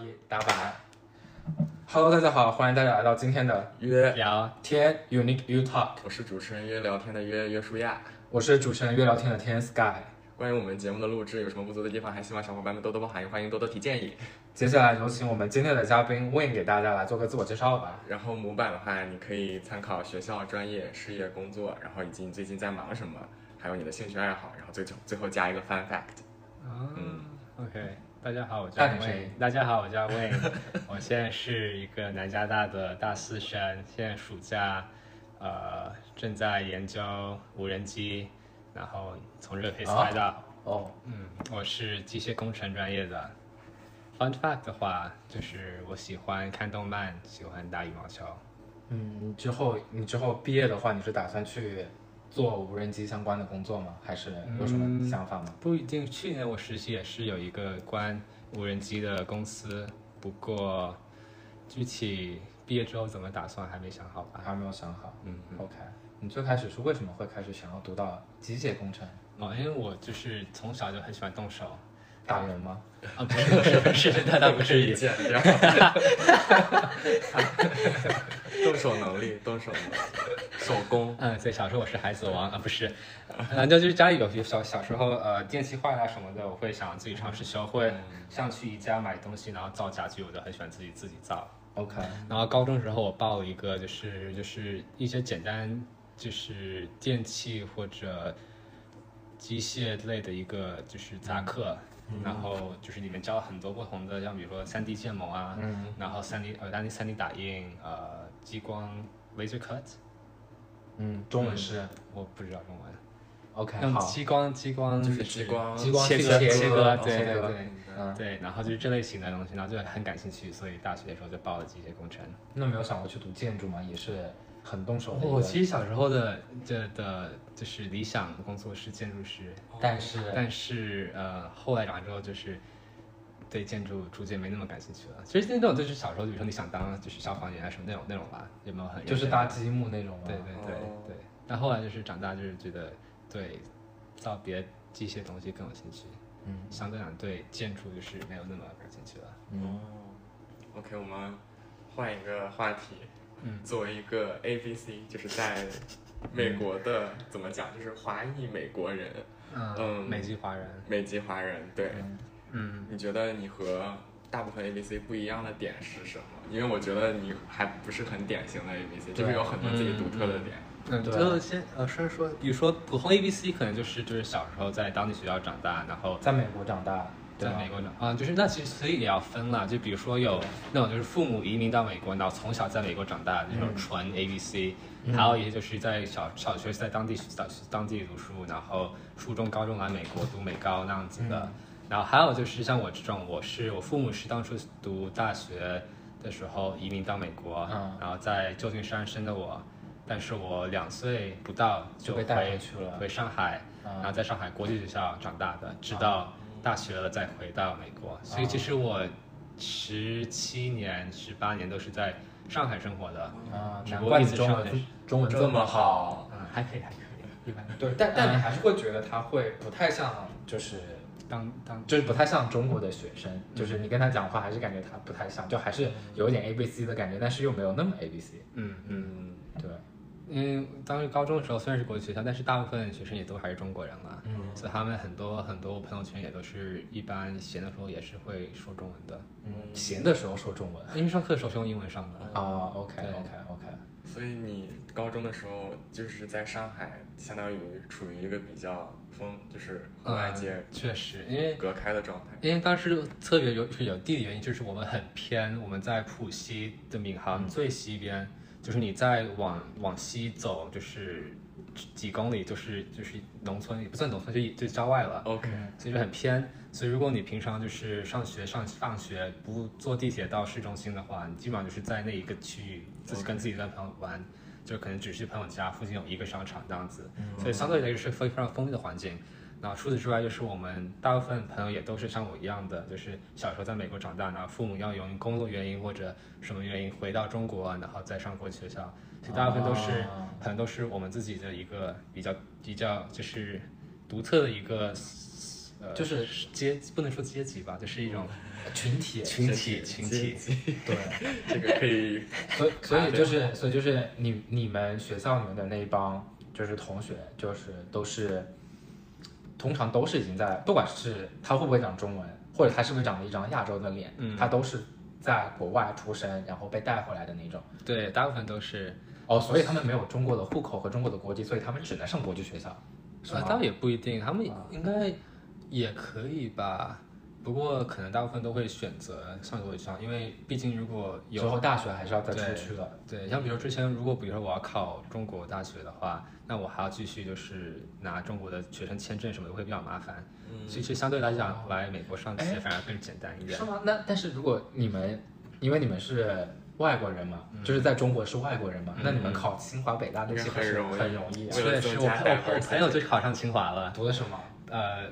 一打板。Hello，大家好，欢迎大家来到今天的约，聊天 Unique You Talk，我是主持人约聊天的约约舒亚。我是主持人约聊天的天 Sky。关于我们节目的录制有什么不足的地方，还希望小伙伴们多多包涵，也欢迎多多提建议。接下来有请我们今天的嘉宾 Win 给大家来做个自我介绍吧。然后模板的话，你可以参考学校、专业、事业、工作，然后以及你最近在忙什么，还有你的兴趣爱好，然后最最后加一个 fun fact。嗯， OK，大家好，我叫大点声音魏。大家好，我叫魏。我现在是一个南加大的大四生，现在暑假，呃，正在研究无人机，然后从热黑斯啊拍到。哦，嗯，我是机械工程专业的。Fun fact 的话，就是我喜欢看动漫，喜欢打羽毛球。嗯，你之后你之后毕业的话，你是打算去做无人机相关的工作吗？还是有什么想法吗？不一定，去年我实习也是有一个关无人机的公司，不过具体毕业之后怎么打算还没想好吧。还没有想好。嗯。 OK，你最开始是为什么会开始想要读到机械工程？哦，因为我就是从小就很喜欢动手。打人吗？啊，不是不是不是，那倒不至 于。见谅。 动手能力，动手能力，手工。嗯，对，小时候我是孩子王啊，不是， 嗯，就是家里有有小小时候呃电器坏了什么的，我会想自己尝试修，会像去宜家买东西，然后造家具，我就很喜欢自己自己造。 OK，然后高中时候我报了一个就是就是一些简单就是电器或者机械类的一个就是杂课，然后就是里面教了很多不同的，像比如说三 D 建模啊，嗯然后三 D 呃三 D 三 D 打印，呃激光 laser cut，嗯，中文是我不知道中文， OK，用好，激光激光就是激光嗯激光切去割切切割割，哦对切对割对嗯，对，然后就是这类型的东西，然后就很感兴趣，所以大学的时候就报了机械工程。那没有想过去读建筑吗？也是很动手的一我个，哦其实小时候的的的，就是理想工作是建筑师，但是但是呃，后来长大之后就是对建筑逐渐没那么感兴趣了。其实那种就是小时候，比如说你想当就是消防员啊什么那种那种吧，有没有很就是搭大积木那种吗？对对对哦对。但后来就是长大就是觉得对造别的机械东西更有兴趣，嗯相对来讲对建筑就是没有那么感兴趣了。嗯，哦 OK，我们换一个话题。嗯作为一个 A B C，就是在美国的怎么讲，就是华裔美国人、嗯美籍华人，美籍华人。对，嗯，你觉得你和大部分 A B C 不一样的点是什么？因为我觉得你还不是很典型的 A B C，就是有很多自己独特的点。嗯，对就先呃，说说，比如说普通 A B C，可能就是就是小时候在当地学校长大，然后在美国长大，对在吧美国长啊，就是那其实所以也要分了，就比如说有那种就是父母移民到美国，然后从小在美国长大的那嗯种纯 A B C，、还有一些就是在小小学是在当地当当地读书，然后初中高中来美国读美高那样子的，嗯然后还有就是像我这种，我是我父母是当初读大学的时候移民到美国，嗯然后在旧金山生的我。但是我两岁不到就就被回带回去了回上海，嗯然后在上海国际学校长大的，直到大学了再回到美国。所以其实我十七年、十八年都是在上海生活的，啊，只难不过怪一你直中上文的中嗯文这么好。啊嗯，还可以，还可以，一般。 对，但但你还是会觉得他会不太像，就是当当就是不太像中国的学生，就是你跟他讲话还是感觉他不太像，就还是有一点 A B C 的感觉，但是又没有那么 A B C。嗯，嗯，对，因为当时高中的时候虽然是国际学校，但是大部分学生也都还是中国人嘛，嗯所以他们很多很多朋友圈也都是一般闲的时候也是会说中文的，嗯，闲的时候说中文因为上课的时候是用英文上的。啊，OK 对 OK OK，所以你高中的时候就是在上海，相当于处于一个比较封，就是和外界嗯确实，因为隔开的状态。因为当时特别有有地理原因，就是我们很偏，我们在浦西的闵行最西边，就是你再往往西走，就是几公里，就是就是农村，也不算农村，就就郊外了， OK，嗯所以就很偏。所以如果你平常就是上学上放学不坐地铁到市中心的话，你基本上就是在那一个区域自己跟自己的朋友玩。就可能只是朋友家附近有一个商场这样子，所以相对来说是非常封闭的环境。那除此之外，就是我们大部分朋友也都是像我一样的，就是小时候在美国长大，然后父母要由于工作原因或者什么原因回到中国，然后再上国际学校，所以大部分都是、啊可能都是我们自己的一个比较比较就是独特的一个思呃，就是嗯阶不能说阶级吧，就是一种群体，群体群体，对，这个可以，所以所以就是所以就是你你们学校里面的那一帮就是同学，就是都是通常都是已经在，不管是他会不会讲中文，或者他是不是长了一张亚洲的脸，嗯他都是在国外出生，然后被带回来的那种。对，大部分都是，哦，所以他们没有中国的户口和中国的国籍，所以他们只能上国际学校，是呃，吗？倒也不一定，他们啊应该也可以吧，不过可能大部分都会选择上国际上，因为毕竟如果之有后大学还是要再出对去的。对，像比如说之前，如果比如说我要考中国大学的话，那我还要继续就是拿中国的学生签证什么的，会比较麻烦。所以其实相对来讲，来美国上哎学反而更简单一点是。吗？那但是如果你们，因为你们是外国人嘛，就是在中国是外国人嘛，那你们考清华北大那应该岂不是很容易很容易啊为？了对，增是我加朋友我 diversity 朋友就考上清华了，读的什么？呃，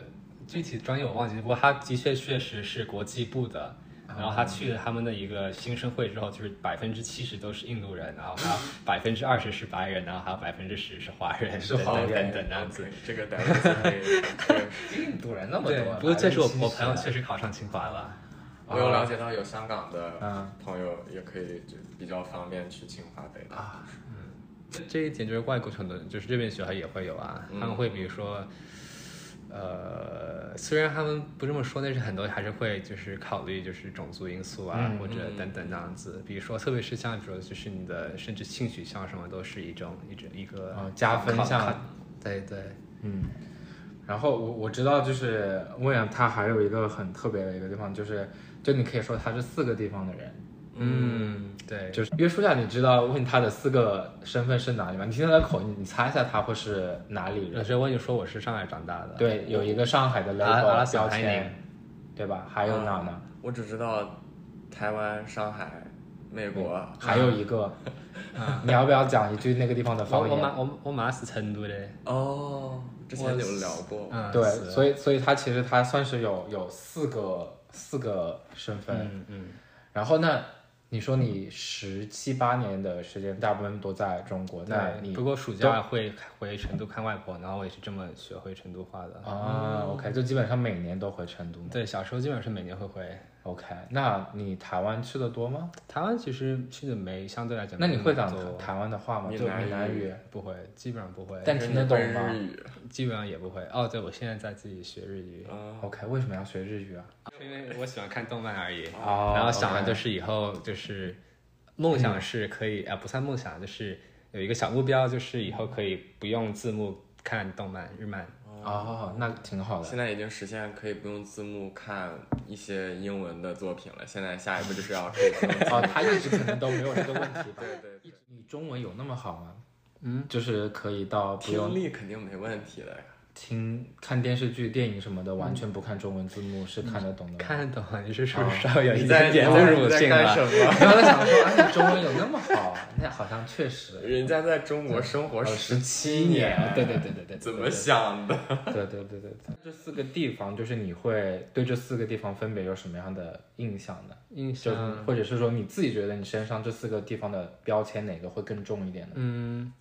具体专业我忘记，不过他的确确实是国际部的。然后他去了他们的一个新生会之后，就是百分之七十都是印度人，然后还有 百分之二十是白人，然后还有百分之十是华人，是等华等人等等这样子。 OK，这个 diversity 可 以。印度人那么对多，，啊不过这是我百分之七十我朋友确实考上清华了。我有了解到有香港嗯的朋友也可以就比较方便去清华北大，啊，这一点就是外国很多，就是这边学校也会有啊，嗯他们会比如说，呃，虽然他们不这么说，但是很多还是会就是考虑就是种族因素啊，嗯或者等等那样子。比如说，特别是像比如说就是你的甚至性取向什么都是一种一种一个、嗯加分项考。考对对，嗯。然后我我知道，就是魏阳他还有一个很特别的一个地方，就是就你可以说他是四个地方的人，嗯，对，就是约书亚，你知道问他的四个身份是哪里吗？你听他的口音，你猜一下他会是哪里老人？师我就说我是上海长大的，，对，有一个上海的阿阿拉 label 斯标排签，对吧？还有哪呢？我只知道台湾、上海、美国，啊还有一个，你要不要讲一句那个地方的我方我言？马我我马死成都的，哦，之前有聊过，嗯，对，是所以所以他其实他算是有有四个四个身份。嗯嗯，然后那你说你十七八年的时间，大部分都在中国，那对你不过暑假会回成都看外婆，然后我也是这么学会成都话的。啊，OK，就基本上每年都回成都嘛。对，小时候基本上是每年会回。 OK，那你台湾去的多吗？台湾其实去的没相对来讲，那你会讲多，台湾的话吗？闽就南闽南语语，不会，基本上不会，但听得懂日吗语，基本上也不会。哦，对，我现在在自己学日语，嗯， ？OK，为什么要学日语啊？哦因为我喜欢看动漫而已。哦然后想的就是是以后就是梦想是可以，啊，不算梦想，就是有一个小目标，就是以后可以不用字幕看动漫、日漫。哦，那挺好的。啊现在已经实现可以不用字幕看一些英文的作品了，现在下一步就是 要可以不用字幕哦，他一直可能都没有这个问题吧。对对对，你中文有那么好吗？嗯，就是可以到不听用力肯定没问题的呀。听看电视剧、电影什么的，完全不看中文字幕是看得懂的吗。看得懂，哦你哦是是不是稍微有一哎你在点点侮辱性干了什？么？然后我想说，哎，你中文有那么好？那好像确实。人家在中国生活十七年，对对对对对，怎么想的？ 对对对对对，这四个地方就是你会对这四个地方分别有什么样的印象呢？印就象是或者是说你自己觉得你身上这四个地方的标签哪个会更重一点呢？嗯，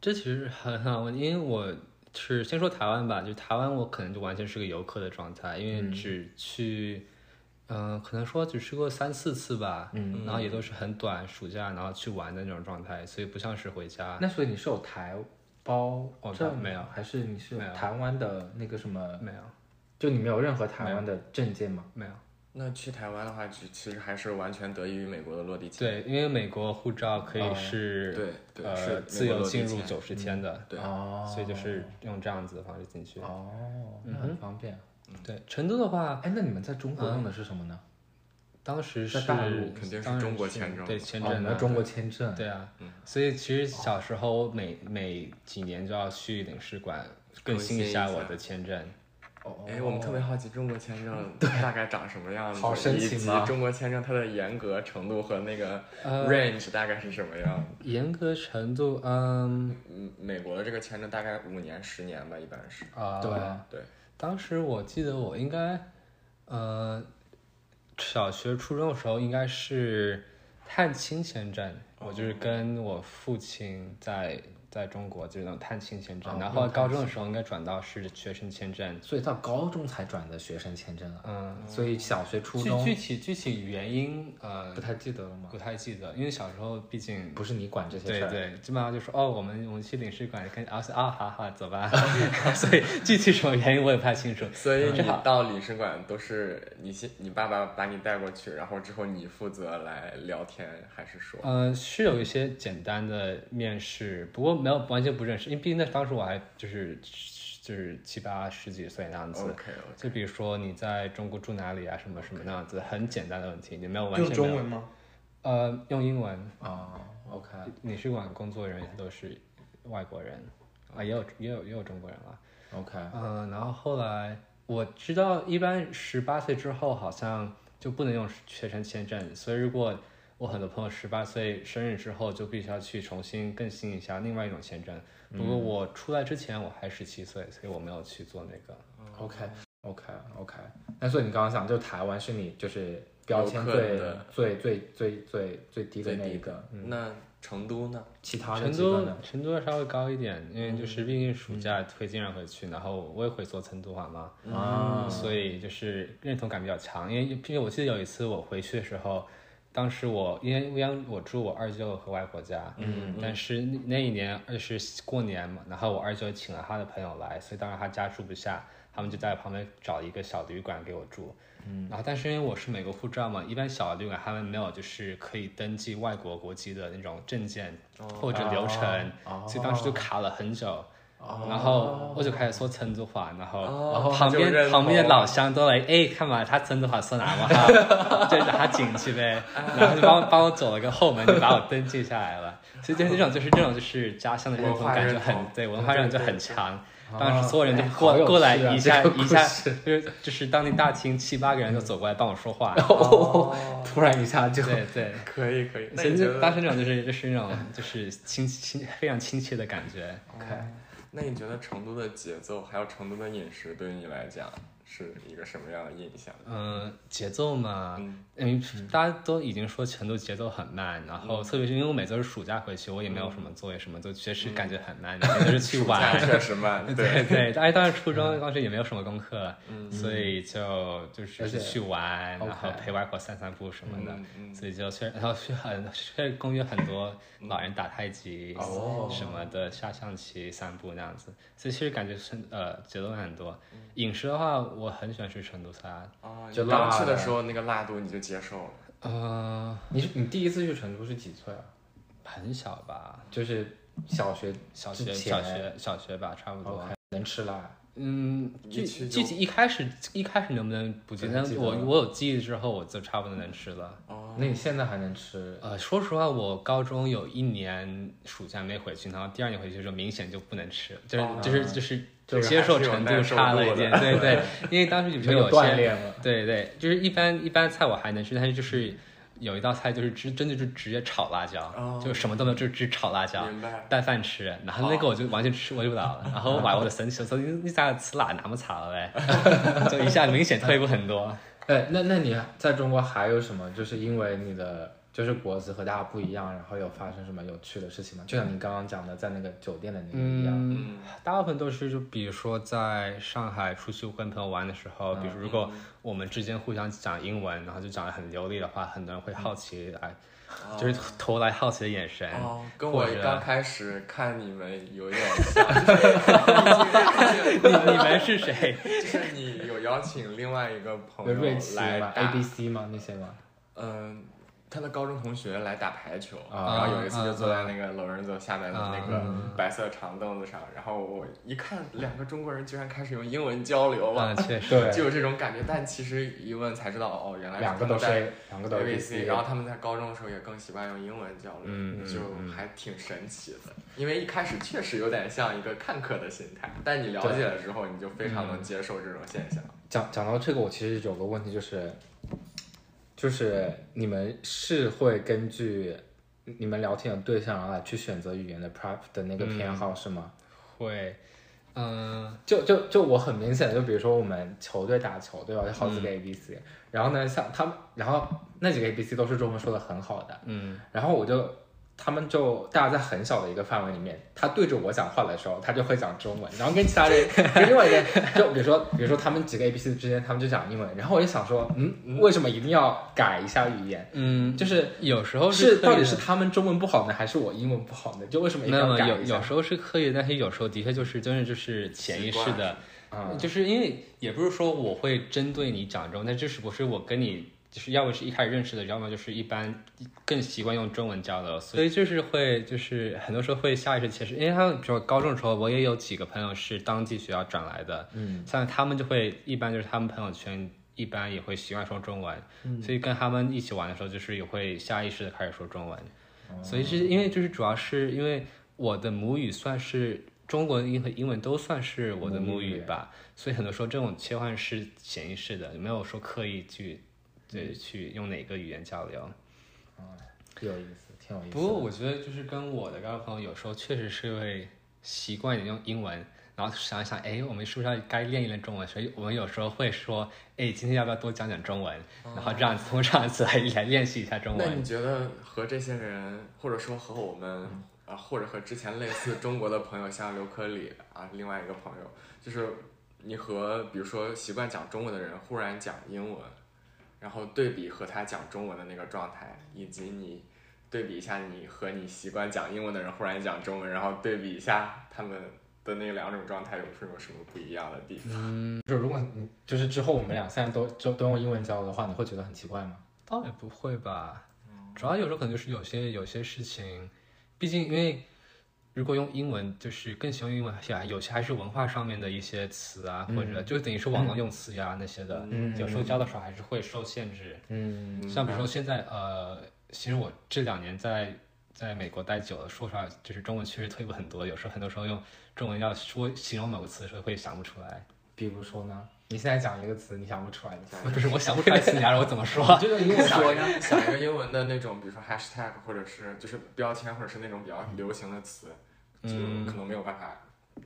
这其实很很好问，因为我是先说台湾吧，就台湾我可能就完全是个游客的状态，因嗯为只去，嗯、可能说只去过三四次吧，嗯，然后也都是很短暑假然后去玩的那种状态，所以不像是回家。那所以你是有台胞哦证没有吗还是你是有没有台湾的那个什么？没有就你没有任何台湾的证件吗？没有，那去台湾的话，其其实还是完全得益于美国的落地签。对，因为美国护照可以哦是、对对是美呃国自由落地进入签嗯九十天的，对哦，所以就是用这样子的方式进去。哦，那嗯很方便。嗯对，成都的话，哎，那你们在中国用的是什么呢？啊当时在是大陆肯定是当时中国签证啊对嘛签哦，证你的、们中国签证。对啊，所以其实小时候每每几年就要去领事馆更新一下我的签证。哦，哎，我们特别好奇中国签证 大概长什么样子，好神奇以及吗中国签证它的严格程度和那个呃 range 大概是什么样？严格程度，嗯嗯，美国的这个签证大概五年、十年吧，一般是。啊，对，对，当时我记得我应该，呃，小学初中的时候应该哦是探亲签证，我就是跟我父亲在在中国就是那种探亲签证，哦然不后用高探中的时候应该转到是学生签证。所以到高中才转的学生签证啊，嗯，所以小学、初具中具体具体原因呃不太记得了吗不？太记得，因为小时候毕竟不是你管这些对事儿，对，基本上就说哦，我们我们去领事馆跟啊是啊，好好走吧。 所以具体什么原因我也不太清楚。所以你正好到领事馆都是你先，你爸爸把你带过去，然后之后你负责来聊天，还是说呃，是有一些简单的面试，不过没有完全不认识，因为毕竟那当时我还就是就是七八十几岁那样子。 OK 就比如说你在中国住哪里啊，什么什么那样子，很简单的问题，你没有完用全没有中文吗？呃，用英文。哦，OK，领事馆工作人员都是外国人啊，也有也有也有中国人了。 OK，嗯，然后后来我知道，一般十八岁之后好像就不能用学生签证，所以如果我很多朋友十八岁生日之后，就必须要去重新更新一下另外一种签证。不嗯过我出来之前我还十七岁，所以我没有去做那个。嗯 OK OK OK，那所以你刚刚讲，就台湾是你就是标签游客最的最最最最最低的最那低一个的，那成都呢？其他的成几个都呢？嗯成都稍微高一点，因为就是毕竟暑假会经常回去，然后我也会做成都话嘛。啊，所以就是认同感比较强。因为毕竟我记得有一次我回去的时候，当时我因为因为我住我二舅和外婆家，嗯，但是那那一年二是过年嘛，然后我二舅请了他的朋友来，所以当然他家住不下，他们就在旁边找一个小旅馆给我住。嗯，然后但是因为我是美国护照嘛，一般小旅馆他们没有就是可以登记外国国籍的那种证件或者流程，哦所以当时就卡了很久。哦然后我就开始说成都话，然后哦然后旁边就认同旁边的老乡都来，哎，看嘛，他成都话说哪 嘛，哈就让他进去呗，然后就帮我帮我走了个后门，就把我登记下来了。所以就是这种就是这种就是家乡的认同感文化就认很同对，文化认同就很强。当时所有人就哎过好有过来趣啊一下这个故一下事，就是就是当地大厅七八个人都走过来帮我说 话，突然一下就哦对对。可以可以，那所以你觉就当得时那种就是就是那种就是亲亲非常亲切的感觉， OK。那你觉得成都的节奏还有成都的饮食对于你来讲是一个什么样的印象？嗯，节奏嘛，嗯嗯，大家都已经说成都节奏很慢，然嗯后特别是因为我每次都是暑假回去，我也没有什么作业什么，就确实感觉很慢，每天都是去 玩。确实慢，对嗯对，嗯对，当然当然初中当时也没有什么功课，所以就就是而且去玩，然 OK 后陪外婆散散步什么的嗯，嗯所以就去，然后去很去公园很多老人打太极哦什么的，下象棋、散步那样子，所以其实感觉是呃节奏慢很多。嗯饮食的话，我很喜欢吃成都菜，啊哦，你就辣刚去的的时候那个辣度你就接受了，呃，你是你第一次去成都是几岁啊？很小吧，就是小学小之学前小学小学吧，差不多。 OK，能吃辣。嗯，具一去具就体一开始一开始能不能不记得？不太但记得我了我有记忆之后，我就差不多能吃了。哦，那你现在还能吃？呃，说实话，我高中有一年暑假没回去，然后第二年回去就明显就不能吃，就是、哦就是就是就是接受还是有程耐度受差了度一点，的对对，因为当时比如没说有有些锻炼了。对对，就是一般一般菜我还能吃，但是就是有一道菜就是直真的就直接炒辣椒，哦就什么都没有，就只炒辣椒明白，拌饭吃。然后那个我就完全吃不了了， 然后我把我的神奇说你你咋吃辣那么差了 嘞？就一下明显退步很多。哎，那那你在中国还有什么？就是因为你的就是国籍和大家不一样，然后有发生什么有趣的事情吗？就像你刚刚讲的，在那个酒店的那个一样。嗯，大部分都是就比如说在上海出去跟朋友玩的时候，比如如果我们之间互相讲英文，然后就讲的很流利的话，很多人会好奇来，就是投来好奇的眼神。哦，跟或我者刚开始看你们有点像， 你你们是 谁？就是你有邀请另外一个嗯朋有瑞友奇来吗打？A B C 吗？那些吗？嗯，他的高中同学来打排球，啊然后有一次就坐在那个 Lorenzo 下面的那个啊白色长凳子上，然后我一看两个中国人居然开始用英文交流啊，了，确实，对，就有这种感觉。但其实一问才知道，哦，原来哎两个都是 A，两个都是 A B C， C，然后他们在高中的时候也更习惯用英文交流，嗯就嗯还挺神奇的。因为一开始确实有点像一个看客的心态，但你了解了之后，你就非常嗯能接受这种现象。讲讲到这个，我其实有个问题就是，就是你们是会根据你们聊天的对象然后来去选择语言的 prep 的那个偏好、是吗？会，嗯、就就就我很明显，就比如说我们球队打球对吧，有好几个 A B C，、然后呢，像他们，然后那几个 A B C 都是中文说的很好的，嗯，然后我就他们就大家在很小的一个范围里面，他对着我讲话的时候，他就会讲中文，然后跟其他 人跟另外一个人，就比如说比如说他们几个 A B C 之间，他们就讲英文，然后我就想说，嗯，为什么一定要改一下语言？嗯，就是有时候是刻意到底的是他们中文不好呢，还是我英文不好呢？就为什么一定那要么改有一下有？时候是刻意，但是有时候的确就是真的就是潜意识习的，啊、就是因为也不是说我会针对你讲中，但这是不是我跟你就是要么是一开始认识的，要么就是一般更习惯用中文交流，所以就是会就是很多时候会下意识潜意识，因为他们比如说高中的时候，我也有几个朋友是当地学校转来的，嗯，像他们就会一般就是他们朋友圈一般也会习惯说中文，所以跟他们一起玩的时候，就是也会下意识的开始说中文。所以是因为就是主要是因为我的母语算是中文英和英文都算是我的母母语语吧，所以很多时候这种切换是潜意识的，没有说刻意去对去用哪个语言交流。有意思，挺有意思的。不过我觉得就是跟我的高中朋友有时候确实是会习惯于用英文，然后想一想，哎，我们是不是要该练一练中文？所以我们有时候会说，哎，今天要不要多讲讲中文？然后这样从这样子来来练习一下中那文你。觉得和这些人，或者说和我们啊，或者和之前类似中国的朋友，像刘科里啊，另外一个朋友，就是你和比如说习惯讲中文的人，忽然讲英文，然后对比和他讲中文的那个状态，以及你对比一下你和你习惯讲英文的人忽然讲中文，然后对比一下他们的那两种状态，有什么什么不一样的地方？嗯就是如果你就是之后我们俩现在都都都用英文交流的话，你会觉得很奇怪吗？倒哎也不会吧，主要有时候可能就是有些有些事情，毕竟因为如果用英文，就是更喜欢用英文，而且还有些还是文化上面的一些词啊，或者就等于是网络用词呀、那些的，嗯有时候教的时候还是会受限制。嗯嗯像比如说现在呃，其实我这两年在在美国待久了，说实话就是中文确实退步很多，有时候很多时候用中文要说形容某个词的时候会想不出来，比如说呢，你现在讲一个词，你想不出来，你想 不是我想不出来词，你还让我怎么说？就用英文 想说一呀。个想一个英文的那种，比如说 hashtag 或者是就是标签，或者是那种比较流行的词，就嗯可能没有办法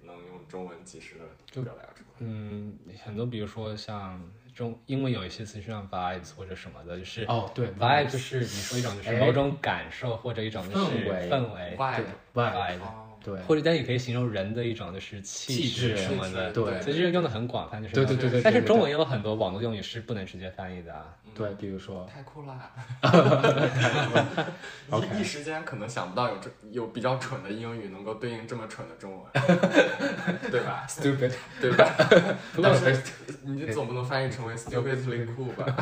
能用中文及时的表达出来。嗯，很多比如说像中英文有一些词是像 vibes 或者什么的，就是哦，对 vibe 就是你说一种就是哎某种感受或者一种就是氛围氛围对 vibe vibe， vibe，哦对，或者但也可以形容人的一种就是气气质质什么的，对所以这个用的很广泛，就是对对对对但是对对中文也有很多网络用语是不能直接翻译的啊。对，比如说太酷 啦！ OK 一一时间可能想不到有这有比较蠢的英语能够对应这么蠢的中文， 对吧？ stupid， 对 吧？不过但是你总不能翻译成为 stupidly cool 吧？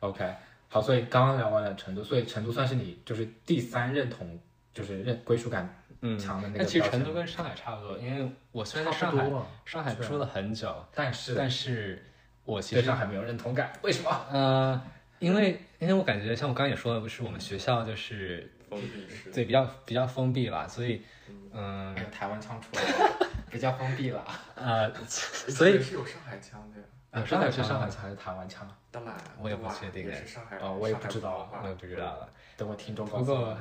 OK，好，所以刚刚聊完了成都，所以成都算是你就是第三认同，就是认归属感嗯强的那个但其实标签成都跟上海差不多，因为我虽然在差上不海多了，上海是住了很久，但是但是我其对实上海没有认同感，为什么？呃，因为因为我感觉像我刚刚也说了，不是我们学校就是封闭式。对比较比较封闭吧，所以嗯哎呦台湾腔出来了，比较封闭了。 呃，所以也是有上海腔的呀。啊，上海是上海腔还是台湾腔？当然，我也不当然确定也哎是上海哦我也不知道我也不知道了。等我听众告不诉我过。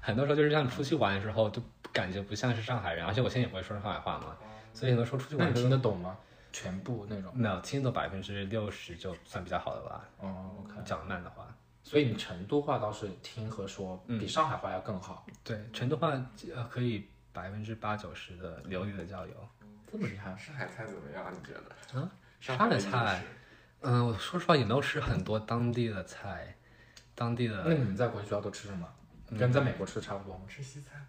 很多时候就是像出去玩的时候，就感觉不像是上海人，而且我现在也不会说上海话嘛，所以很多时候出去那你玩的时听候得懂吗？全部那种。没有听懂百分之六十就算比较好的吧，哦，OK。讲慢的话。所以你成都话倒是听和说嗯比上海话要更好，对，成都话呃可以百分之八九十的流利的交流。这么厉害？上海菜怎么样？你觉得？啊，上海的上海菜饮食，嗯，我说实话也没有吃很多当地的菜，当地那的你们在国际学校都吃什么？跟在美国吃的差不多吗？吃西餐。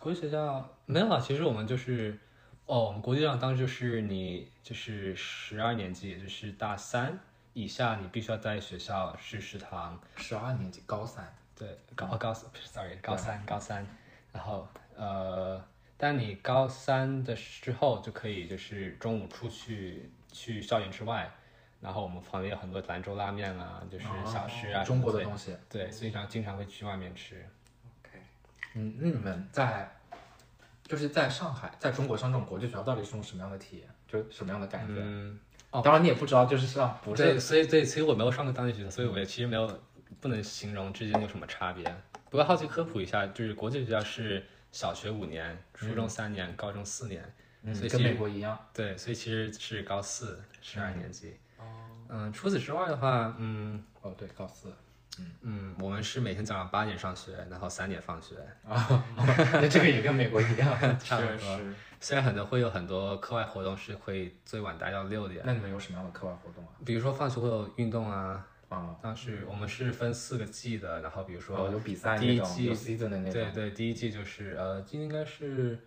国际学校没有啊。其实我们就是，哦，我们国际上当时就是你就是十二年级，也就是大三以下，你必须要在学校是食堂，十二年级高三，对，高哦高不是 sorry 高三高三，然后呃，但你高三的之后就可以就是中午出去去校园之外，然后我们旁边有很多兰州拉面啊，就是小吃啊，哦中国的东西。对，所以常经常会去外面吃。 OK，嗯，那你们在就是在上海，在中国上这种国际学校到底是种什么样的体验？就是什么样的感觉？哦嗯，当然你也不知道，就是上不对，是所以对，所以我没有上过当地学校，所以我也其实没有不能形容之间有什么差别。不过好奇科普一下，就是国际学校是小学五年，初中三年，高中四年，嗯所以跟其实美国一样。对，所以其实是高哦四十二年级。嗯，除此之外的话，嗯，哦，对，高四。嗯，我们是每天早上八点上学，然后三点放学， 那这个也跟美国一样。差不是多。是，虽然很多会有很多课外活动是会最晚待到六点，那你们有什么样的课外活动啊？比如说放学会有运动啊，啊，当时我们是分四个季的，然后比如说说，哦有比赛第那一种，有季 season 的那对种。对，第一季就是呃，应该是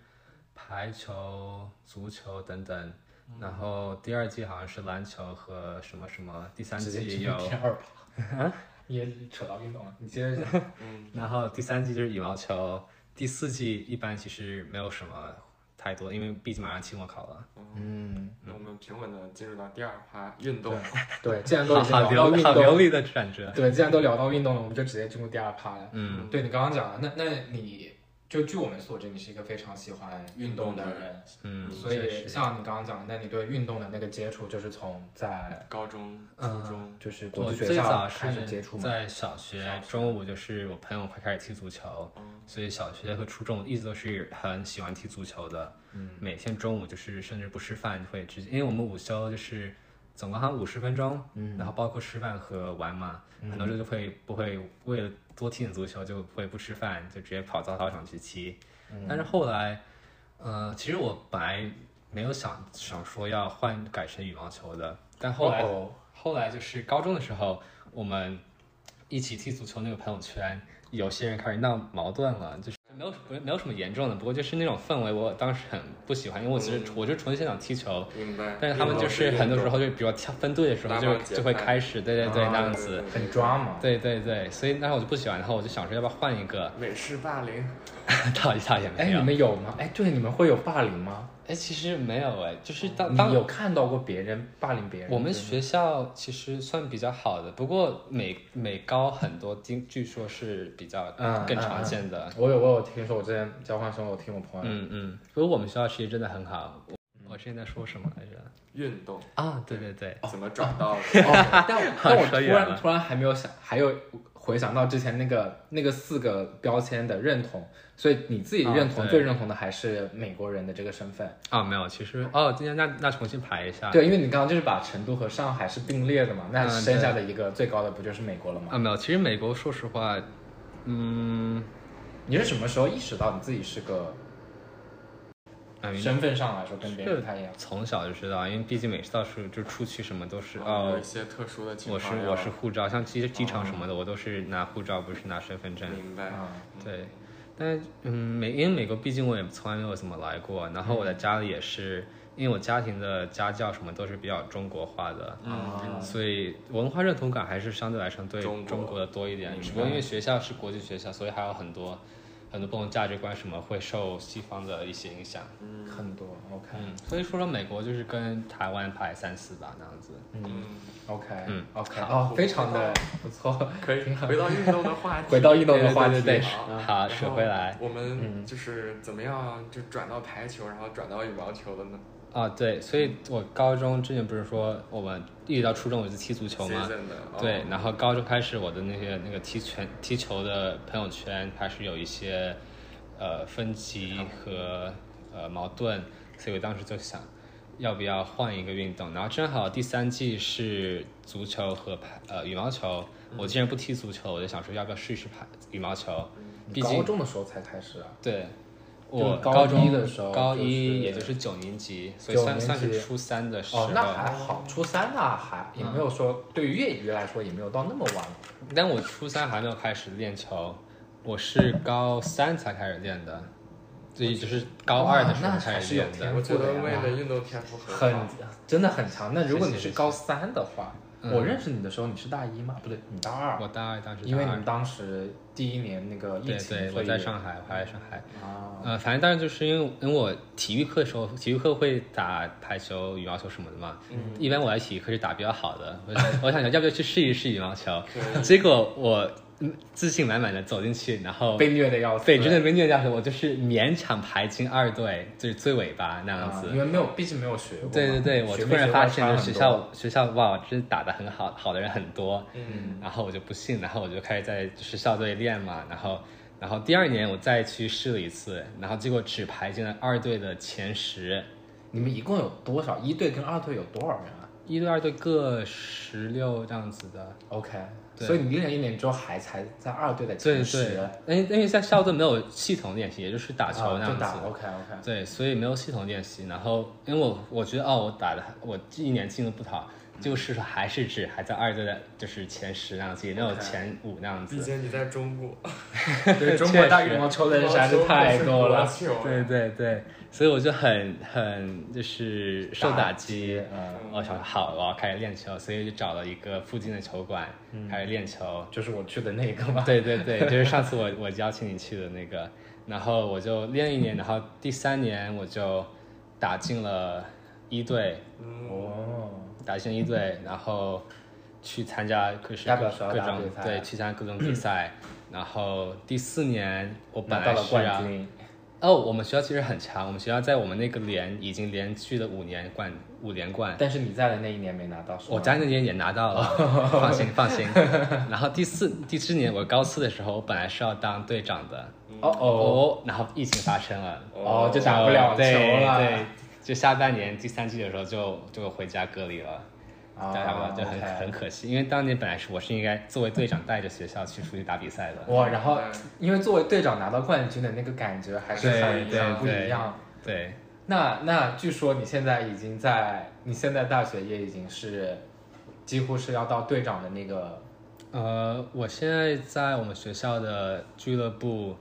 排球、足球等等，嗯然后第二季好像是篮球和什么什么，第三直接季去有，第二 趴。你也扯到运动了，你接着讲。嗯， 然后第三季就是羽毛球，第四季一般其实没有什么太多，因为毕竟马上期末考了，嗯，那我们平稳的进入到第二趴运动， 对，既然都好已经聊到好流运好流动，利的转折，对，既然都聊到运动了，我们就直接进入第二趴了。嗯，对你刚刚讲的，那那你就据我们所知，你是一个非常喜欢运动的人，嗯，所确以实像你刚刚讲的，那你对运动的那个接触就是从在高中、嗯初中，就是国我际最学早校是开始接触吗？在小小学学中午，就是我朋友会开始踢足球，嗯所以小学和初中一直都是很喜欢踢足球的。嗯，每天中午就是甚至不吃饭会直接，因为我们午休就是总共好像五十分钟，嗯，然后包括吃饭和玩嘛，嗯很多时候就会不会为了多踢点足球就会不吃饭，就直接跑到操场去踢。嗯但是后来，呃，其实我本来没有想想说要换改成羽毛球的，但后来、哦后来就是高中的时候，我们一起踢足球那个朋友圈，有些人开始闹矛盾了，就是没有不没有什么严重的，不过就是那种氛围，我当时很不喜欢，因为我其实我就纯粹想踢球，明白。但是他们就是很多时候就比如跳分队的时候拉就帮结就会派开始，对对对，啊那样对对子，对很抓嘛。对对对，所以那时候我就不喜欢，然后我就想说要不要换一个， 美式霸凌，到一下也哎，没有你，们有吗？哎，对，你们会有霸凌吗？哎，其实没有哎，就是当当你有看到过别人霸凌别人？我们学校其实算比较好的，不过美美高很多经，据说是比较嗯更常见的。我有我有听说，我之前交换生，我听我朋友，嗯嗯，不过我们学校其实真的很好。我我之前在说什么来着？运动啊，对对对，怎么转到的？哦、但 我但我突扯远然了突然还没有想，还有回想到之前那个那个四个标签的认同，所以你自己认同、啊对最认同的还是美国人的这个身份。啊没有，其实哦，今天那那重新排一下。对，因为你刚刚就是把成都和上海是并列的嘛，那啊嗯剩下的一个最高的不就是美国了吗？啊没有，其实美国说实话，嗯，你是什么时候意识到你自己是个哎身份上来说跟别人是不太一样？从小就知道，因为毕竟每次到处就出去什么都是有哦一，些特殊的情我是况要。我是护照，像机机场什么的，我都是拿护照，不是拿身份证。明白。啊，对，但嗯，美因为美国毕竟我也从来没有怎么来过，然后我嗯在家里也是，因为我家庭的家教什么都是比较中国化的，嗯啊所以文化认同感还是相对来说对嗯中国中国的多一点明。白只不过因为学校是国际学校，所以还有很多很多不同价值观什么会受西方的一些影响。很多 OK 嗯，所以说说美国就是跟台湾排三四吧那样子。嗯嗯， OK 嗯 OK 哦，非常的不错。可以回到运动的话题。回到运动的话题，对对对好啊好，然扯后回来。嗯我们就是怎么样就转到排球，然后转到羽毛球的呢啊，对，所以我高中之前不是说我们一直到初中我就踢足球嘛， ？season 的哦对，然后高中开始，我的那些那个踢拳、踢球的朋友圈开始有一些呃分歧和呃矛盾，所以我当时就想，要不要换一个运动？然后正好第三季是足球和排呃羽毛球，我既然不踢足球，我就想说要不要试一试排羽毛球，你毕嗯高竟中的时候才开始啊？对。就我高中一的时候高就是一也就是九年级，所以九算年算级是初三的嗯时候。哦，那还好，初三那还也没有说，对于业余来说也没有到那么晚。但我初三还没有开始练球，我是高三才开始练的，所以就是高二的时哇候那开还始是有练天的。我觉得不我得也了的运动天赋很好。真的很强。那如果你啊谢谢是高三的话，嗯我认识你的时候你是大一吗？不对，你大二，我大二当时因为你大二们当时第一年那个疫对情，对，所我以在上海，我还在上海。啊，呃，反正当时就是因为因为我体育课的时候，体育课会打排球、羽毛球什么的嘛。一般我在体育课是打比较好 的，我我想想要不要去试一试羽毛球，结果我嗯自信满满的走进去，然后哦被虐的要死，被真的被虐掉的时候，我就是勉强排进二队，就是最尾巴那啊样子。因为没有，毕竟没有学过嘛。对对对，我学突妹然学发霸现，差就是很多学校学校哇，真打得很好，好的人很多。嗯，然后我就不信，然后我就开始在就是校队练嘛，然后然后第二年我再去试了一次，然后结果只排进了二队的前十，你们一共有多少？一队跟二队有多少人啊？一对二对各十六这样子的。 OK，对所以你一年一年之后还才在二队的对前对十，，因为因为在校队没有系统练习，也就是打球那啊样就子。打 OK OK，对，所以没有系统练习。然后因为我我觉得哦，我打的我这一年进步不好，就是还是只还在二队的，就是前十那样子，也没有 OK 前五那样毕子。竟你在中国， 对中国打确实羽毛球的人实在是 太多了，哎对对对，所以我就很很就是受打击。呃嗯，我想好，我要开始练球，所以就找了一个附近的球馆、开始练球。就是我去的那个嘛，对对对，就是上次我我邀请你去的那个，然后我就练一年，然后第三年我就打进了一队，哦，打进一队，然后去参加各式代表各学校各打种比赛啊对去参加各种 比赛，然后第四年我本拿到来了是冠啊。军，哦，我们学校其实很强，我们学校在我们那个连已经连续了五年冠五连冠，但是你在的那一年没拿到，是吗哎我在那年也拿到哦了，放心放心。然后第四第四年我高四的时候，我本来是要当队长的，哦哦哦，然后疫情发生了，哦，就打不了球对了，对，就下半年第三季的时候就就回家隔离了，啊，打不了，就很 OK 很可惜，因为当年本来是我是应该作为队长带着学校去出去打比赛的，哇，然后对因为作为队长拿到冠军的那个感觉还是对很对很不对一样。对，那那据说你现在已经在你现在大学也已经是几乎是要到队长的那个呃，我现在在我们学校的俱乐部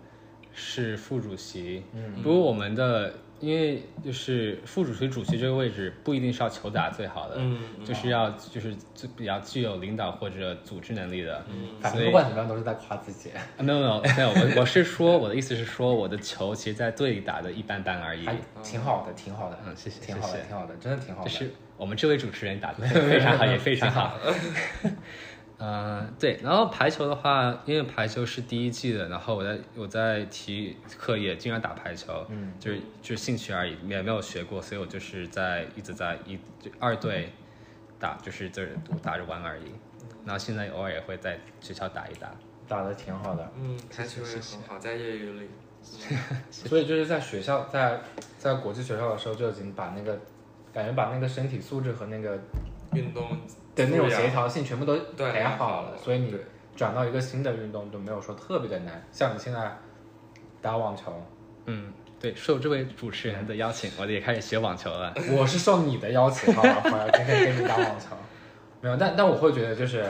是副主席，嗯，不过我们的因为就是副主席、主席这个位置不一定是要球打最好的，嗯，就是要就是最比较具有领导或者组织能力的，嗯反所正以不管怎么样都是在夸自己，啊没有没有没有，我我是说我的意思是说我的球其实，在队里打的一般般而已，还挺好的，挺好的，嗯谢谢挺好谢的，谢挺好的，真的挺好就的。是我们这位主持人打的非 常好，也非常好。呃，对，然后排球的话，因为排球是第一季的，然后我在我在体育课也经常打排球，嗯，就是就是兴趣而已，也没有学过，所以我就是在一直在一就二队打，就是就是打着玩而已。然后现在偶尔也会在学校打一打。打的挺好的，嗯，排球也很好，在业余里，所以就是在学校，在在国际学校的时候就已经把那个感觉把那个身体素质和那个运动的那种素养协调性全部都对培养好了，对所以你对转到一个新的运动都没有说特别的难。像你现在打网 球，嗯，对，受这位主持人的邀请，我也开始学网球了。我是受你的邀请，好吧，朋友，今天跟你打网球。没有，但但我会觉得就是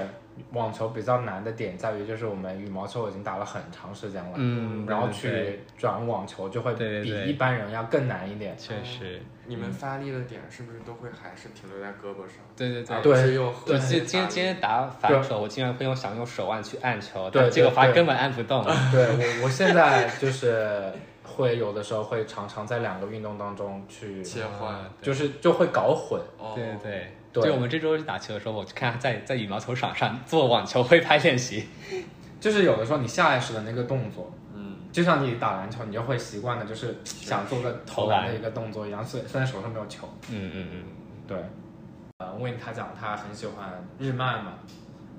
网球比较难的点在于，就是我们羽毛球已经打了很长时间了，嗯然后对对去转网球就会对对比对一般人要更难一点。确实，你嗯们发力的点是不是都会还是停留在胳膊上？对对对而，不对是用核我心今今发力天今天打反手，我竟然会用想用手腕去按球，对对但这个发对哦根本按不动。 对我，我现在就是会有的时候会常常在两个运动当中去，切换，啊就是就会搞混。哦，对对对对，就我们这周打球的时候，我就看他在在羽毛球场上做网球挥拍练习。就是有的时候你下意识的那个动作，嗯，就像你打篮球，你就会习惯的，就是想做个投篮投的篮一个动作一样。虽虽然手上没有球，嗯嗯嗯，对。呃，问他讲他很喜欢日漫嘛，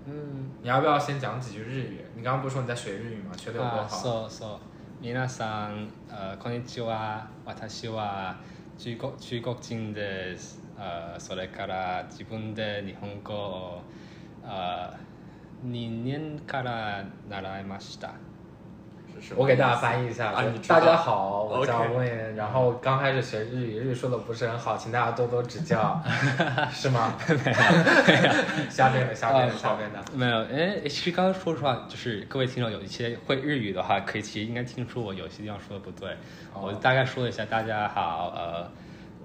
嗯，你要不要先讲几句日语？你刚刚不是说你在学日语吗？学的有多啊好？ ，so so，皆さん、呃，こんにちは、私は中国中国人です。呃，それから自分で日本語を呃2年から習いました。是什么我给大家意思翻译一下，啊就是你知大道家好，我 OK 叫问，然后刚开始学日语，日语说的不是很好，请大家多多指教，是吗？瞎编的，瞎编的，啊瞎编的。没有，哎，其实刚刚说实话，就是各位听众有一些会日语的话，可以其实应该听出我有些地方说的不对。哦我大概说一下，大家好，呃，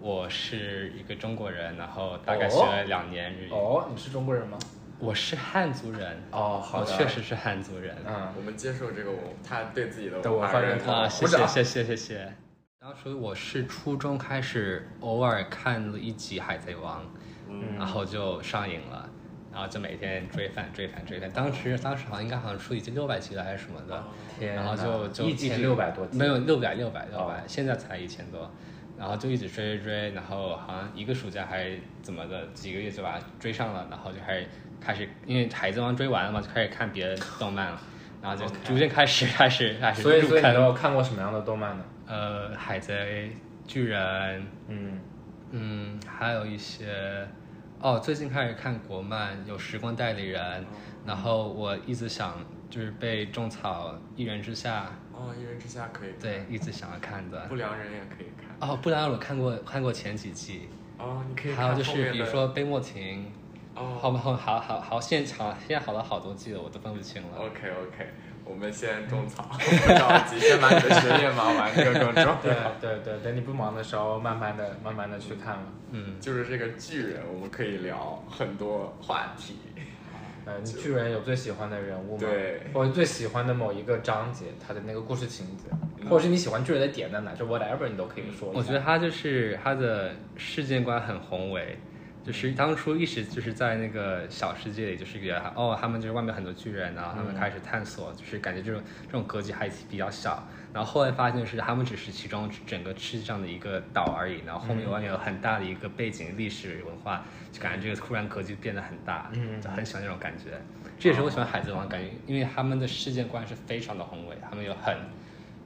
我是一个中国人，然后大概学了两年日语。哦，你是中国人吗？我是汉族人，哦，好我的，确，实是汉族人。嗯，我们接受这个文，他对自己的对文我化发认现同。啊，谢鼓谢掌谢谢谢谢。当时我是初中开始偶尔看了一集《海贼王》，嗯然后就上瘾了，然后就每天追番追番追番。当时当时好像应该好像出已经六百集了还是什么的，天然后哪就就一季天六百多集，没有六百六百六哦百，现在才一千多，然后就一直追追追，然后好像一个暑假还怎么的，几个月就把它追上了，然后就开始开始，因为《海贼王》追完了嘛，就开始看别的动漫了，然后就 OK 逐渐开始开始开始所以所入以你都坑，有看过什么样的动漫呢？呃，海贼、巨人，嗯，嗯，还有一些哦，最近开始看国漫，有《时光代理人》，哦然后我一直想就是被种草《一人之下哦，一人之下可以》，看，对，一直想要看的。不良人也可以看。哦，不然我看过看过前几季，哦，你可以还看有就后是面比如的说《杯莫停》，哦后面后好好好现场现在好了好多季了，我都分不清了。 ，OK OK，我们先种草，不着急，先把你的学业忙完，这个更重对要。对对，等你不忙的时候，慢慢的、慢慢的去看嘛。嗯， 就是这个巨人，我们可以聊很多话题。呃，你巨人有最喜欢的人物吗？对或者最喜欢的某一个章节，他的那个故事情节，或者是你喜欢巨人的点在哪，就 whatever 你都可以说一下。我觉得他就是他的世界观很宏伟，就是当初一直就是在那个小世界里，就是觉得哦，他们就是外面很多巨人，然后他们开始探索，就是感觉这种这种格局还比较小。然后后来发现是他们只是其中整个世界上的一个岛而已，然后后面外面有很大的一个背景、历史文化，就感觉这个突然格局变得很大，嗯哦就很喜欢那种感觉。这也是我喜欢海贼王的感觉，因为他们的世界观是非常的宏伟，他们有很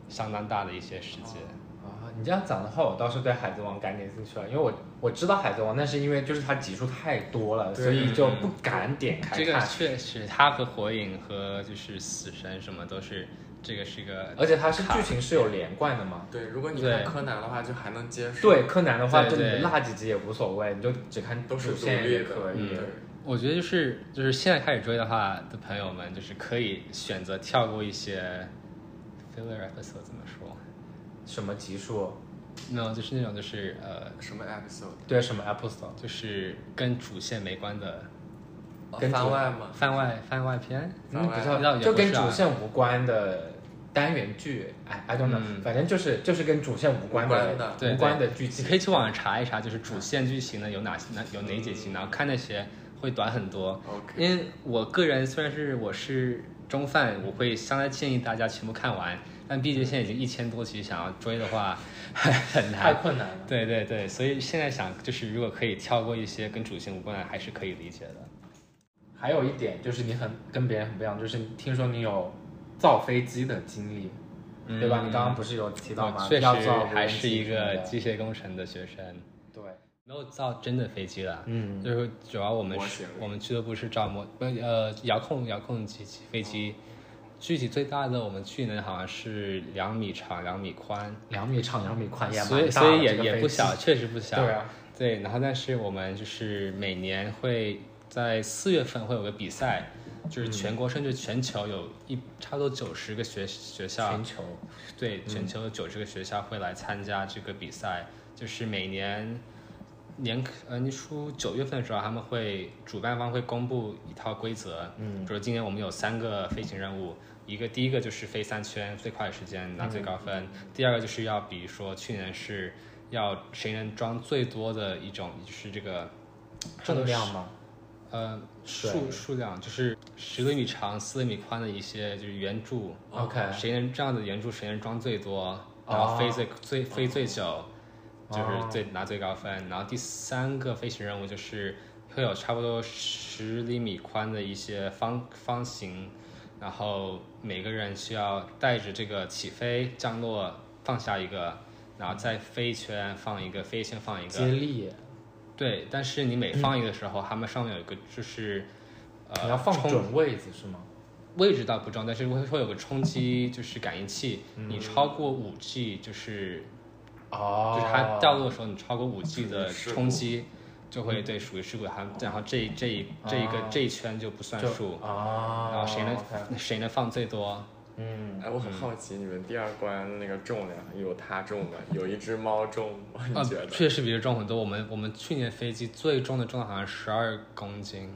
相当大的一些世界。啊，你这样讲的话，我倒是对《海贼王》感点兴趣啊了，因为我我知道《海贼王》，但是因为就是它集数太多了，对所以就不敢点开这个看。确实，它和火影和就是死神什么都是，这个是个，而且它是剧情是有连贯的嘛。对，如果你对看柯南的话，就还能接受。对柯南的话，对就你对落几集也无所谓，你就只看都是主独线立也的，可嗯以。对我觉得就是就是现在开始追的话的朋友们，就是可以选择跳过一些 filler episode 怎么说？什么集数？没有，就是那种就是呃，什么 episode？对，什么 episode？就是跟主线没关的跟哦番主外吗？番外番外篇。嗯，番比外较也就不跟是主啊线无关的单元剧，哎，I don't know，、嗯反正就是就是跟主线无关无关的的对无关的剧你可以情。去网上查一查，就是主线剧情呢有哪些，哪有哪几集，然后看那些会短很多。 OK，因为我个人虽然是我是中饭，我会相当建议大家全部看完，但毕竟现在已经一千多集，想要追的话很很太难。困难了。对对对，所以现在想就是，如果可以跳过一些跟主线无关的，还是可以理解的。还有一点就是你很跟别人很不一样，就是听说你有造飞机的经历，对吧？你刚刚不是有提到我吗？嗯确要造实无人还是机一什么个的机械工程的学生，对，没有造真的飞机啦。嗯，就是主要我们模是型我们俱乐部是造模不呃遥控遥控机机飞机，具体最大的我们去年好像是两米长两米宽，两米长两米宽也蛮大所以的，所以这也个也飞不机小，确实不小。对啊，对然后但是我们就是每年会在四月份会有个比赛，就是全国甚至全球有一差不多九十个学学校全，球嗯对，全球有九十个学校会来参加这个比赛，就是每年。年呃，年初九月份的时候，他们会主办方会公布一套规则，嗯，就是今年我们有三个飞行任务，一个第一个就是飞三圈，最快的时间拿嗯最高分，第二个就是要比说去年是要谁能装最多的一种，就是这个这重个量吗？呃水数数量，就是十厘米长、四厘米宽的一些就是圆柱 OK 谁能这样的圆柱谁能装最多，然后飞哦最、最飞最久，就是最拿最高分。然后第三个飞行任务就是会有差不多十厘米宽的一些方方形，然后每个人需要带着这个起飞、降落、放下一个，然后再飞一圈放一个，飞一圈放一个，接力，嗯对，但是你每放一个时候，他们上面有一个就是，呃，你要放冲准位子是吗？位置倒不重要，但是会会有个冲击，就是感应器。嗯你超过五 G，就是、哦，就是它掉落的时候，你超过五 G 的事故冲击，就会对属于事故。它然后这这一这一个、哦这一圈就不算就数，啊，然后谁能、 OK 谁能放最多？嗯，哎，我很好奇你们第二关那个重量有它重吗？有一只猫重吗？ 你啊觉，得？确实比这重很多。我们我们去年飞机最重的重量好像十二公斤，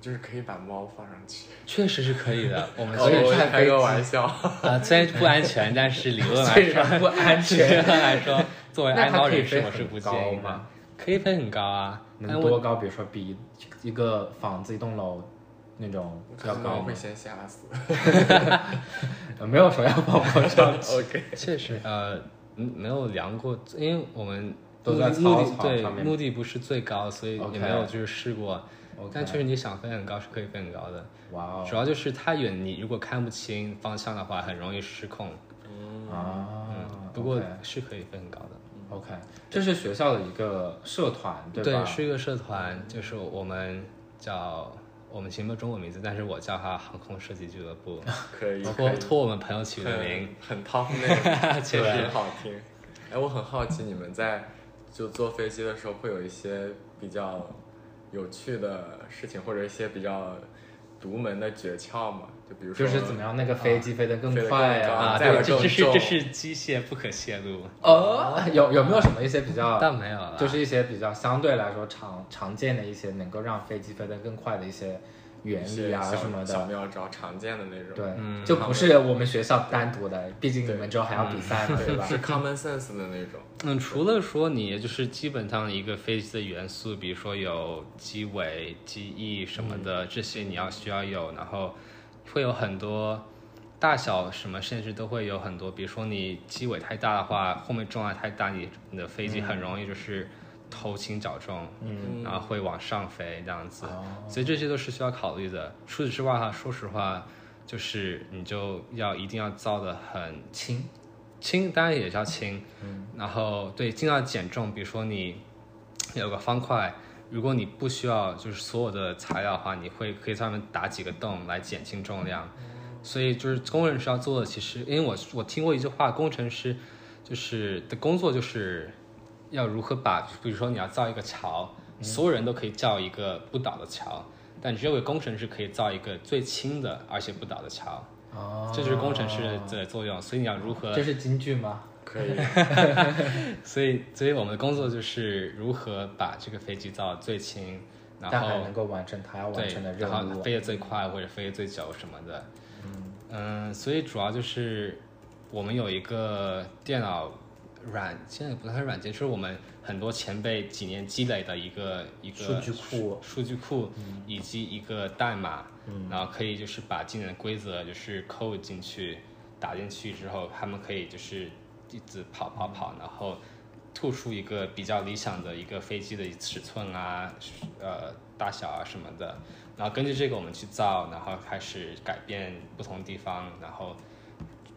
就是可以把猫放上去。确实是可以的。 我们哦可以是我看开飞个机玩笑。呃，虽然不安全，但是理论来 虽说。然不安对全，他来说，作为那爱它猫可以人士，飞我是不很高建议的吗？。可以飞很高啊，但能我多高？比如说比一个房子、一栋楼那种要可高能吗会？先吓死。呃没有说要跑高 上去， OK，确实呃嗯没有量过，因为我们都目在的操目的场对上面目的不是最高，所以 OK 也没有就是试过。 OK 但确实你想飞很高是可以飞很高的，哇哦主要就是太远，你如果看不清方向的话，很容易失控。啊嗯，不过 OK 是可以飞很高的。 OK，这是学校的一个社团，吧？是一个社团，就是我们叫我们起不中文名字，但是我叫它航空设计俱乐 部，可以，托可以托我们朋友取的名，很很 top 那个，确确实实好听。哎，我很好奇你们在就坐飞机的时候会有一些比较有趣的事情，或者一些比较独门的诀窍吗？就比如说，就是怎么样，那个飞机飞得更飞得快呀、更高啊，再有对，这更这是重这是机械不可泄露，哦，有有没有什么一些比较，但没有了，就是一些比较相对来说常常见的一些能够让飞机飞得更快的一些原一理些啊小什么小的？妙招，常见的那种。对，嗯就不是我们学校单独的，毕竟你们之后还要比赛嘛， 对吧？是 common sense 的那种。嗯，除了说你就是基本上一个飞机的元素，比如说有机尾、机翼什么的，这些你要需要有，然后会有很多大小什么限制都会有很多，比如说你机尾太大的话，后面重量太大，你你的飞机很容易就是头轻脚重，嗯然后会往上飞这样子，哦所以这些都是需要考虑的。除此之外哈，说实话，就是你就要一定要造的很轻，轻当然也叫轻，然后对，尽量减重。比如说你有个方块，如果你不需要就是所有的材料的话，你会可以在上面打几个洞来减轻重量。所以就是工程师要做的，其实因为我我听过一句话，工程师就是的工作就是要如何把，比如说你要造一个桥，所有人都可以造一个不倒的桥，但只有一个工程师可以造一个最轻的而且不倒的桥。哦，这就是工程师的作用，所以你要如何这是京剧吗？可以，所以，所以我们的工作就是如何把这个飞机造得最轻，然但还后能够完成他要完对成的，任然务后。飞得最快或者飞得最久什么的。嗯、所以主要就是我们有一个电脑软件，不太是软件，就是我们很多前辈几年积累的一个一个数据库数据库以及一个代码，然后可以就是把技能规则就是 code 进去，打进去之后，他们可以就是一直跑跑跑，然后吐出一个比较理想的一个飞机的尺寸啊，呃，大小啊什么的，然后根据这个我们去造，然后开始改变不同地方，然后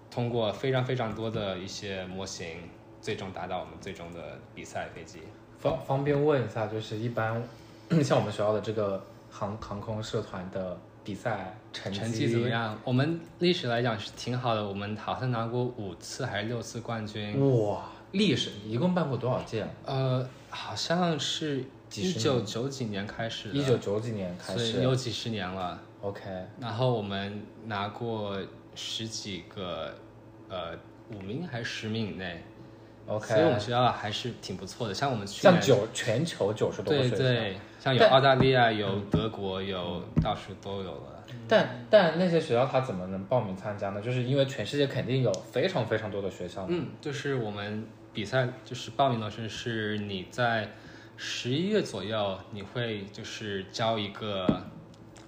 通过非常非常多的一些模型，最终达到我们最终的比赛飞机。方方便问一下，就是一般 像我们学校的这个航航空社团的比赛成绩成绩怎么？样？我们历史来讲是挺好的，我们好像拿过五次还是六次冠军。哇，历史一共办过多少届啊？呃，好像是几一十年九九几年开始的，一九九几年开所以始有几十年了。 ，OK，然后我们拿过十几个，呃，五名还是十名以内。 OK 所以我们学校还是挺不错的。像我们去像年，九全球九十多个对学校，对，像有但澳大利亚、有嗯德国、有到处都有了。但但那些学校它怎么能报名参加呢？就是因为全世界肯定有非常非常多的学校嘛，嗯，就是我们比赛就是报名的是是你在十一月左右，你会就是交一个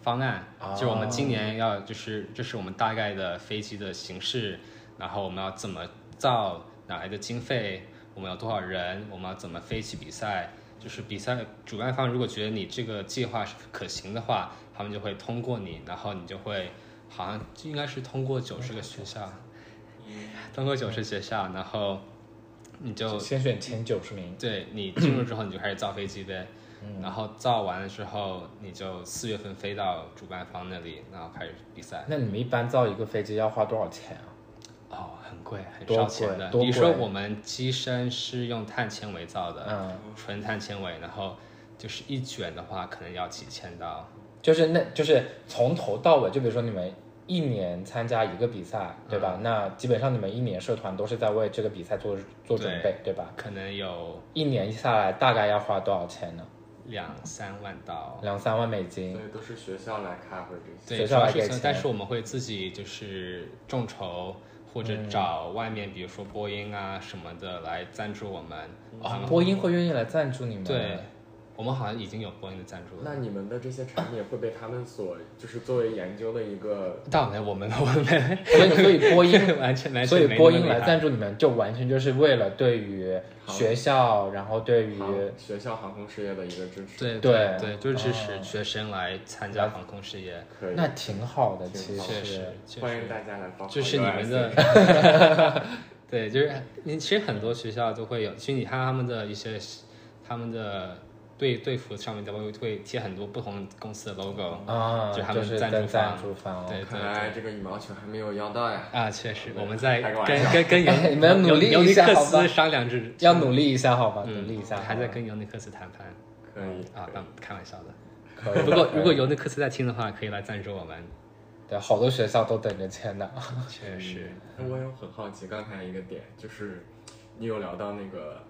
方案，哦就是我们今年要就是这是我们大概的飞机的形式，然后我们要怎么造，哪来的经费，我们有多少人，我们要怎么飞起比赛。就是比赛主办方如果觉得你这个计划是可行的话，他们就会通过你，然后你就会好像应该是通过九十个学校，通过九十学校，然后你就先选前九十名，对你进入之后，你就开始造飞机呗。然后造完了之后，你就四月份飞到主办方那里，然后开始比赛。那你们一般造一个飞机要花多少钱啊？哦，很贵，很多烧钱的。贵多比如说贵我们机身是用碳纤维造的，嗯，纯碳纤维，然后就是一卷的话，可能要几千刀。就是那就是从头到尾，就比如说你们一年参加一个比赛，对嗯吧？那基本上你们一年社团都是在为这个比赛做做准备，对吧？可能有一年下来大概要花多少钱呢？两三万刀。两三万美金所。以都是学校来开会这些。对，学主校要来是给学校钱但是我们会自己就是众筹或者嗯找外面，比如说波音啊什么的来赞助我们。哦，波音会愿意来赞助你们？嗯对，，我们好像已经有波音的赞助了。那你们的这些产品会被他们所就是作为研究的一个倒没我们，我们没，所以所以波音，完全完全所以 没那波么音厉来害赞助你们，就完全就是为了对于学校，然后对于航学校航空事业的一个支持。对嗯对对，就是支哦持学生来参加航空事业，可以，那挺好的，其挺好确实实确欢迎实，哦大家来报考。就是你们的， 对，就是你其实很多学校都会有，其实你看他们的一些他们的队队服上面都会会贴很多不同公司的 logo 啊，就他就们是赞在助赞方助方，对看来这个羽毛球还没有要到呀。啊，确实，我们在开个玩跟笑跟跟 尤、哎你们努力尤尤一尼下克好吧斯商量制，要努力一下好吧，嗯努力一下好吧，还在跟尤尼克斯谈判可以啊，当开玩笑的。可哦以。不过可以如果尤尼克斯在听的话，可以来赞助我们。对好多学校都等着签呢，确实，那我有很好奇刚才一个点，就是你有聊到那个，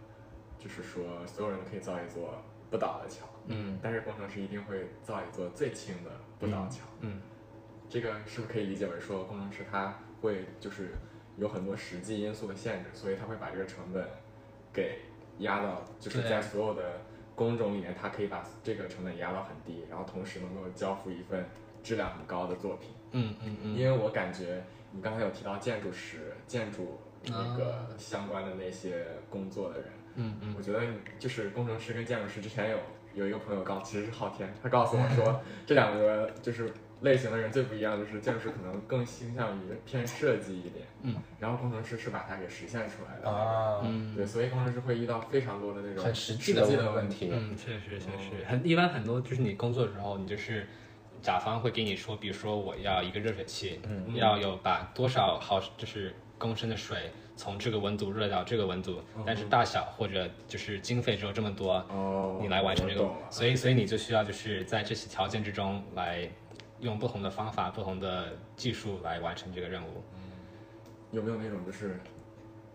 就是说所有人可以造一座不倒的桥，嗯，但是工程师一定会造一座最轻的不倒桥。嗯，这个是不是可以理解为说工程师他会就是有很多实际因素的限制，所以他会把这个成本给压到，就是对在所有的工种里面，他可以把这个成本压到很低，然后同时能够交付一份质量很高的作品。嗯嗯嗯，因为我感觉你刚才有提到建筑师、建筑那个相关的那些工作的人，嗯嗯，我觉得你就是工程师跟建筑师之前有有一个朋友告，其实是昊天，他告诉我 说这两个就是类型的人最不一样，就是建筑师可能更倾向于偏设计一点，嗯，然后工程师是把它给实现出来的，啊，嗯对，所以工程师会遇到非常多的那种很实实际际的问问。题，嗯，确实确哦实，很一般很多就是你工作的时候，你就是甲方会给你说，比如说我要一个热水器，嗯要有把多少毫就是公升的水从这个温度热到这个温度，嗯但是大小或者就是经费只有这么多，哦，你来完成这我个懂了，所以所以你就需要就是在这些条件之中来用不同的方法、不同的技术来完成这个任务。有没有那种就是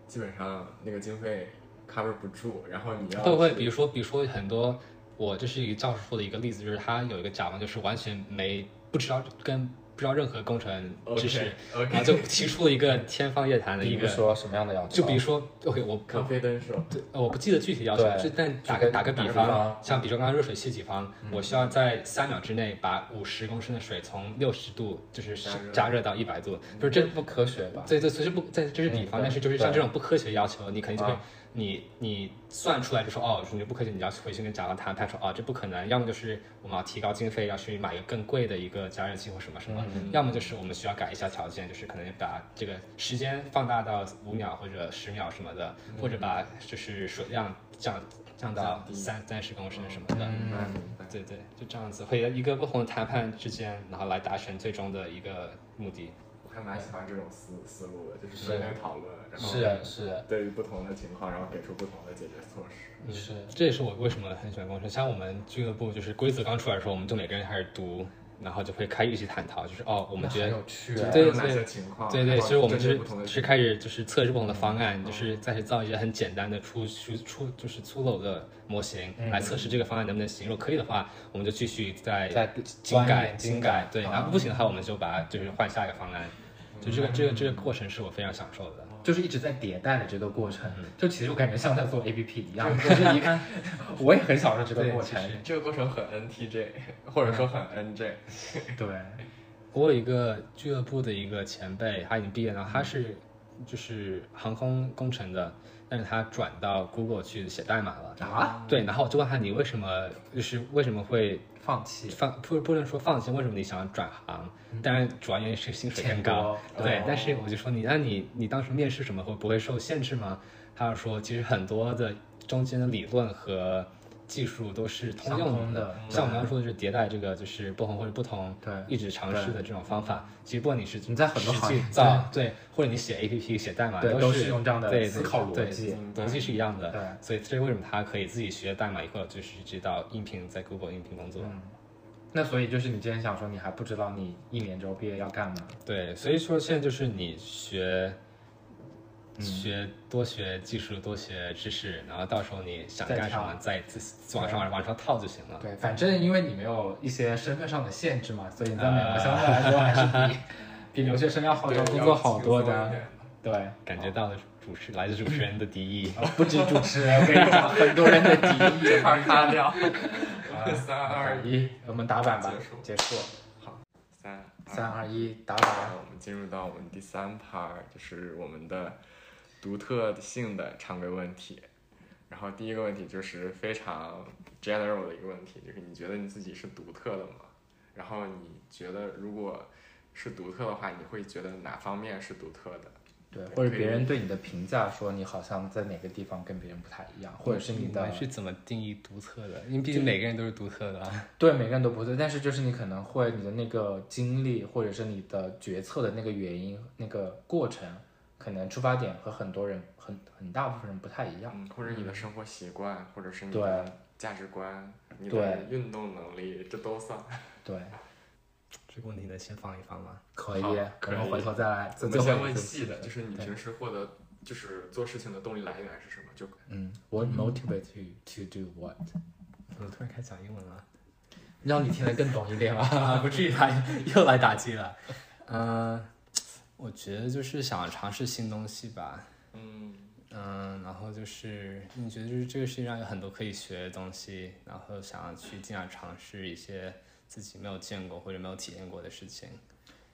基本上那个经费 cover 不住，然后你要会会，去比如说比如说很多，我这是一个教授说的一个例子，就是他有一个甲方就是完全没不知道跟不知道任何工程知识 OK，OK 然后啊就提出了一个天方夜谭的比一如个，说什么样的要求，就比如说 OK 我咖啡灯是吧？对，呃我不记得具体要求，对就但打就个跟打个比打个比嗯方方，像比如说刚刚热水器比方，我需要在三秒之内把五十公升的水从六十度就是加热加热到一百度，就是这这不科学吧？对对，所以不在这是比方，嗯但是就是对像这种不科学的要求，你肯定就会啊，你你算出来就说哦，你不科学，你要回去跟甲方谈判说哦，这不可能，要么就是我们要提高经费，要去买一个更贵的一个加热器或什么什么，要么就是我们需要改一下条件，就是可能把这个时间放大到五秒或者十秒什么的，或者把就是水量降降到降低三三十公升什么的。嗯明白对对，就这样子，会一个不同的谈判之间，然后来达成最终的一个目的。我还蛮喜欢这种思思路的，就是是深入讨论，然后啊是啊是对于不同的情况，然后给出不同的解决措施。是，啊这也是我为什么很喜欢工程。像我们俱乐部，就是规则刚出来的时候，我们就每个人开始读，然后就会开一起探讨，就是哦，我我们觉很得有趣对啊，有哪些情况？对然对，后所以我们针对就是不同的是情开始就是测试不同的方案，就是再去造一些很简单的粗粗粗就是粗陋的模型来测试这个方案能不能行。如果可以的话，我们就继续再在精钻改研精精改改，对，然后不行的话，我们就把就是换下一个方案。就这个这个这个过程是我非常享受的。就是一直在迭代的这个过程。就其实我感觉像在做 APP 一样，就是一 看，我也很享受这个对过其程。实这个过程很 NTJ，或者说很 NJ。对，我有一个俱乐部的一个前辈，他已经毕业了，他是就是航空工程的，但是他转到 Google 去写代码了。啊，对，然后我就问他，你为什么就是为什么会放弃放不不能说放弃，为什么你想转行？当然，主要原因是薪水更高。嗯钱多对哦，但是我就说你，那你你当时面试什么会不会受限制吗？他就说，其实很多的中间的理论和技术都是通相用通的的，嗯像我们刚刚说的是迭代这个，就是不同或者不同，对一直尝试的这种方法。其实不管你是你在很多实行际业造对，或者你写 A P P 写代码，对都都是用这样的对思考对逻辑嗯对逻辑是一样的。对所以这是为什么他可以自己学代码以后，就是知道应聘在 Google 应聘工作。那所以就是你之前想说你还不知道你一年之后毕业要干嘛，对，所以说现在就是你学。嗯学多学技术，多学知识，然后到时候你想再干什跳么，再自己往上往上套就啊行了。对，反正因为你没有一些身份上的限制嘛，所以你在美国相对来说还 是比比留学生要好找呃对工要作好多 轻松一的点。对，呃感觉到了主持来自主持人的敌意。不止主持人，我跟你讲，很多人的敌意。这块儿卡掉。三 二一，一，我们打板吧，结束。三三二一，打然板。后我们进入到我们第三 part，就是我们的独特性的常规问题。然后第一个问题就是非常 general 的一个问题，就是你觉得你自己是独特的吗？然后你觉得如果是独特的话，你会觉得哪方面是独特的？对，或者可以别人对你的评价说你好像在哪个地方跟别人不太一样，或者是你的们是怎么定义独特的？因为毕竟每个人都是独特的啊。对每个人都不对，但是就是你可能会你的那个经历，或者是你的决策的那个原因、那个过程，可能出发点和很多人、很很大部分人不太一样。嗯，或者你的生活习惯，或者是你对的价值观、你的运动能力，这都啊算。对，这个问题呢，先放一放吧。可以，好我可们以回头再来我做们最先后一问次细的，就是你对平时获得就是做事情的动力来源是什么？就嗯，What motivates you to do what？怎么突然开始讲英文了？让你听得更懂一点吧。啊， 不至于吧？又来打击 了。嗯、我觉得就是想尝试新东西吧。嗯，嗯，然后就是你觉得就是这个世界上有很多可以学的东西，然后想要去尽量尝试一些自己没有见过或者没有体验过的事情。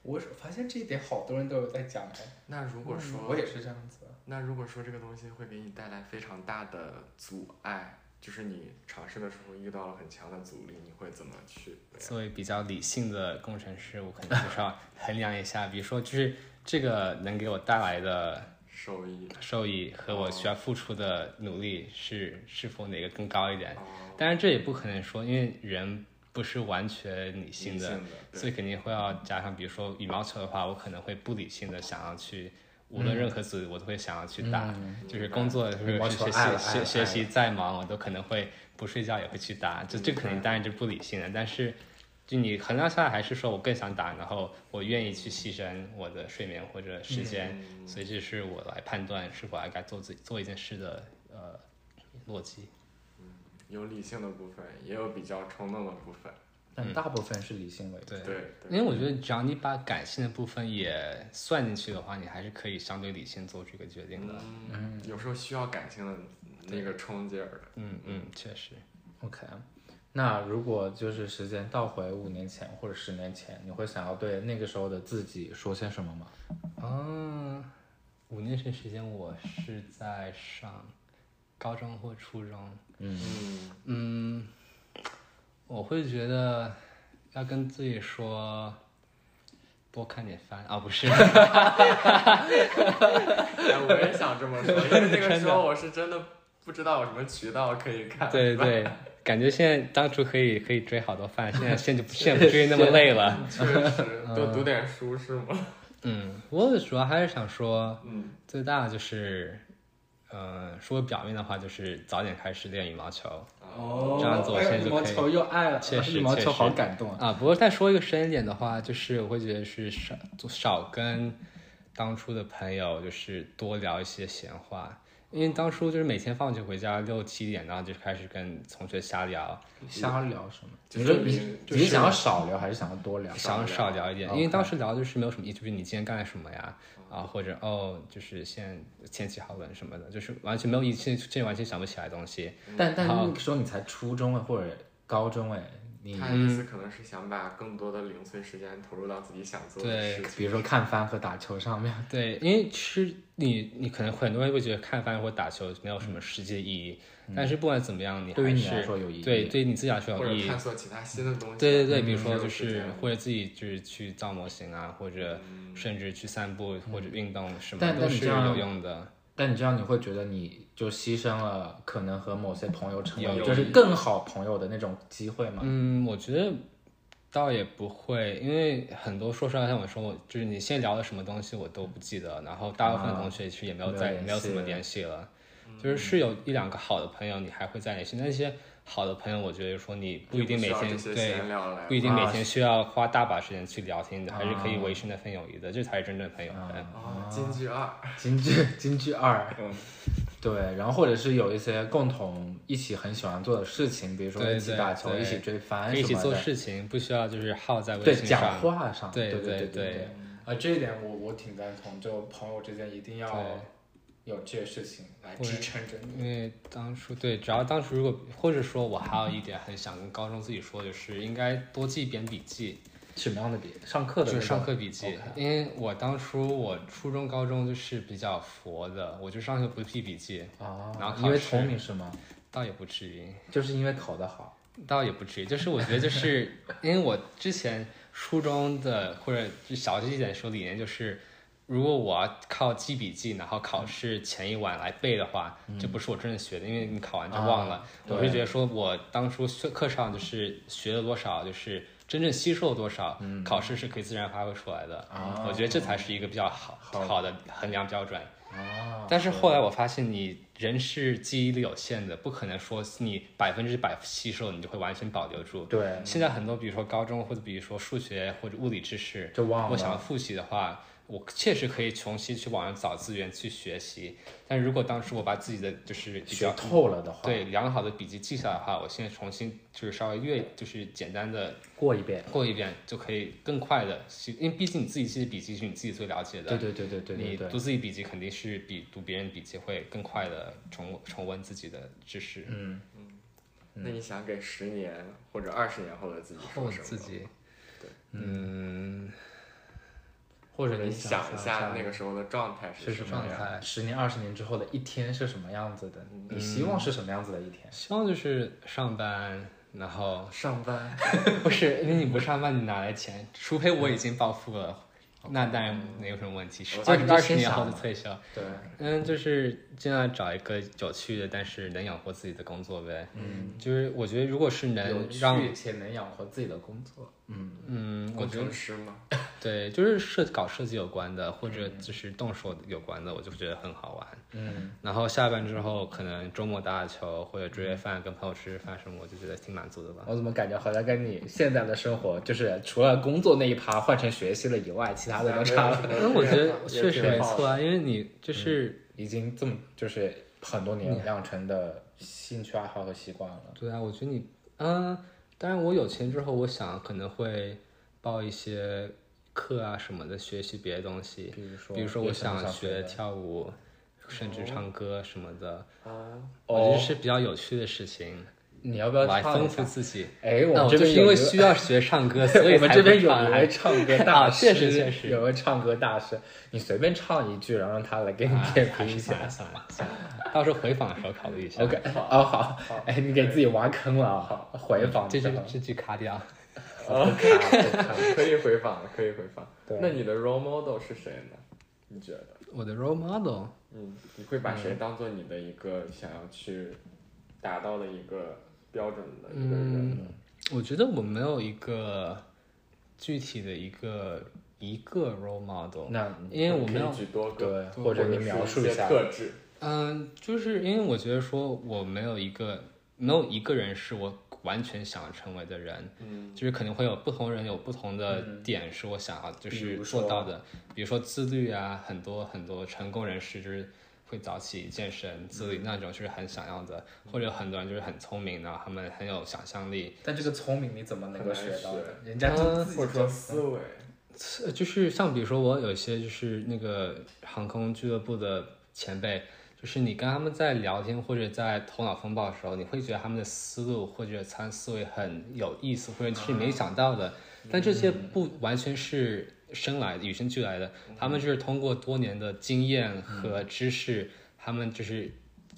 我发现这一点好多人都有在讲哎，那如果说、我也是这样子。那如果说这个东西会给你带来非常大的阻碍，就是你尝试的时候遇到了很强的阻力，你会怎么去？作为比较理性的工程师，我可能就是要衡量一下，比如说就是这个能给我带来的受益收益和我需要付出的努力是是否哪个更高一点。哦，当然这也不可能说，因为人不是完全理性的，的，所以肯定会要加上，比如说羽毛球的话，我可能会不理性的想要去，无论任何组我都会想要去打，就是工作或羽者毛是球学爱了习爱了学学习再忙，我都可能会不睡觉也会去打，就这明白肯嗯定当然就不理性的，但是。就你衡量下来，还是说我更想打，然后我愿意去牺牲我的睡眠或者时间，嗯所以这是我来判断是否还该做自己做一件事的呃逻辑。有理性的部分，也有比较冲动的部分。但大部分是理性为主。对对，因对为我觉得，只要你把感性的部分也算进去的话，你还是可以相对理性做出一个决定的。嗯，有时候需要感性的那个冲劲儿的。嗯嗯，确实。 OK，那如果就是时间倒回五年前或者十年前，你会想要对那个时候的自己说些什么吗？嗯，五年前时间我是在上高中或初中，嗯嗯，我会觉得要跟自己说。多看点番啊，不是，哎，我也想这 么说，因为那个时候我是真的不知道有什么渠道可以看。对对，感觉现在当初可以可以追好多番，现在现在就不现在不追那么累了。确 实，多读点书是吗？嗯，我主要还是想说，嗯，最大的就是，呃，说表面的话就是早点开始练羽毛球哦这样子我现在就哎可以羽毛球又爱了，确实羽毛确球实好感动啊！啊。不过再说一个深一点的话，就是我会觉得是少少跟当初的朋友就是多聊一些闲话，因为当初就是每天放学回家六七点，然后就开始跟同学瞎聊，瞎聊什么？就你说是你就你是是想要少聊还是想要多聊？想少少聊一点，因为当时聊就是没有什么意思，就是你今天干了什么呀？啊，或者哦，就是现在天气好冷什么的，就是完全没有意思，现在完全想不起来东西。但但好那个时候你才初中啊，或者高中哎，你他的意嗯思可能是想把更多的零碎时间投入到自己想做的对事情。比如说看番和打球上面，对，因为吃你，你可能很多人会觉得看番或打球没有什么实际的意义，但是不管怎么样，你还是嗯对于你来说有意义对，对于你自己来说或有意者义。探索其他新的东西。对对对，比如嗯说这就种时是间或者自己就是去造模型啊，或者甚至去散步或者运动，什么嗯但都但你这是样有用的。但你这样你会觉得你就牺牲了可能和某些朋友成为有就是更好朋友的那种机会吗？嗯，我觉得倒也不会，因为很多说实话，像我说，我就是你先聊的什么东西我都不记得，然后大部分啊同学其实也没有没有再联没有怎么系联系了，就是是有一两个好的朋友你还会再联系，那些好的朋友，我觉得说你不一定每需要天这些对闲聊来不一定每啊天需要花大把时间去聊天的，还是可以啊维持那份友谊的，这才是真正的朋友嗯分。哦，金句二，京剧 京剧二嗯，对，然后或者是有一些共同一起很喜欢做的事情，比如说对一起对打球、对一起追番可以一什起么做的，事情，不需要就是耗在微对，信讲上。话上，对对对对对对。啊，这一点我我挺赞同，就朋友之间一定要对有这些事情来对撑着因为当初对，只要当时如果，或者说我还有一点很想跟高中自己说，就是应该多记一点笔记，什么样的笔？上课的就那是上种课笔记 OK。因为我当初我初中、高中就是比较佛的，我就上课不记笔记，啊，然后考因为试聪明是吗？倒也不至于，就是因为考得好，倒也不至于，就是我觉得就是因为我之前初中的或者就小一点说理念就是。如果我要靠记笔记，然后考试前一晚来背的话，嗯这不是我真正学的，因为你考啊完就忘了。我是觉得说我当初学课上就是学了多少，就是真正吸收了多少，考试是可以自然发挥出来的。嗯啊我觉得这才是一个比较好好好的衡量标准。啊，但是后来我发现，你人是记忆力有限的，不可能说你百分之百吸收，你就会完全保留住。对，现在很多，比如说高中或者比如说数学或者物理知识，就忘了我想要复习的话，我确实可以重新去网上找资源去学习。但如果当时我把自己的就是比学较透了的话，对，良好的笔记记下来的话，我现在重新就是稍微越就是简单的过一遍，过一遍，就可以更快的，因为毕竟你自己记的笔记是你自己最了解的。对对对对对对你对，读自己笔记肯定是比读别人的笔记会更快的重重温自己的知识。嗯，那你想给十年或者二十年后的自己说嗯后什么？自己，或者你你想一一下那个时候的状态是是什什么么样？态，十年、二十年之后的一天是什么样子的？你希望是什么样子的一天？希望就是上班，然 后上班，不是因为你不上班，你哪来钱？除非我已经暴富了，那当然没有什么问题。我嗯二你十就二十先年想后的嘛退休，对，嗯，就是尽量找一个有趣的，但是能养活自己的工作呗。嗯，就是我觉得，如果是有能让，趣且能养活自己的工作，嗯，嗯，我工觉得程师吗？对，就是设搞设计有关的，或者就是动手有关的，我就觉得很好玩。嗯，然后下班之后，可能周末打打球或者追追饭，跟朋友吃吃饭什么，我就觉得挺满足的吧。我怎么感觉好像跟你现在的生活，就是除了工作那一趴换成学习了以外，其他的都差了，没有什那么嗯 我觉变得化确实没。也挺错好啊，因为你就是、已经这么就是很多嗯年养成的兴趣爱好和习惯了。对啊，我觉得你，嗯、当然我有钱之后，我想可能会报一些课啊什么的，学习别的东西，比如说，比如说我有什么想想学的跳舞，甚至唱歌什么的，哦，我觉得哦，是比较有趣的事情，你要不要来唱一丰下富？自己。哎，那们我这就边是因有为一个 需要学唱歌，所以我们才这边不有唱一来位唱 歌啊大师，确实确实有位唱歌大师，你随便唱一句，然后让他来给你啊点还评是一下算。了算了算了，到时候回访的时候考虑一下。 OK，哦好，哎，你给自己挖坑了啊！回访这之句后这句卡掉。不看不看可以回访了，可以回访对。那你的 role model 是谁呢？你觉得？我的 role model，嗯，你会把谁当做你的一个想要去达到的一个标准的一个嗯人呢？我觉得我没有一个具体的一个一个 role model，那因为我可没有以举多个，对，或者你描述一一些下，特质。嗯，就是因为我觉得说我没有一个没有一个人是我完全想成为的人，嗯，就是可能会有不同人有不同的点是我想要就嗯比是如说做到的，比如说自律啊，很多很多成功人士就是会早起健身自律嗯那种就是很想要的，或者有很多人就是很聪明然后他们很有想象力，但这个聪明你怎么能够学到很难的？人家就自嗯或者己说就思维，呃就是像比如说我有一些就是那个航空俱乐部的前辈，就是你跟他们在聊天或者在头脑风暴的时候，你会觉得他们的思路或者参思维很有意思，或者是没想到的。但这些不完全是生来的与生俱来的，他们就是通过多年的经验和知识，他们就是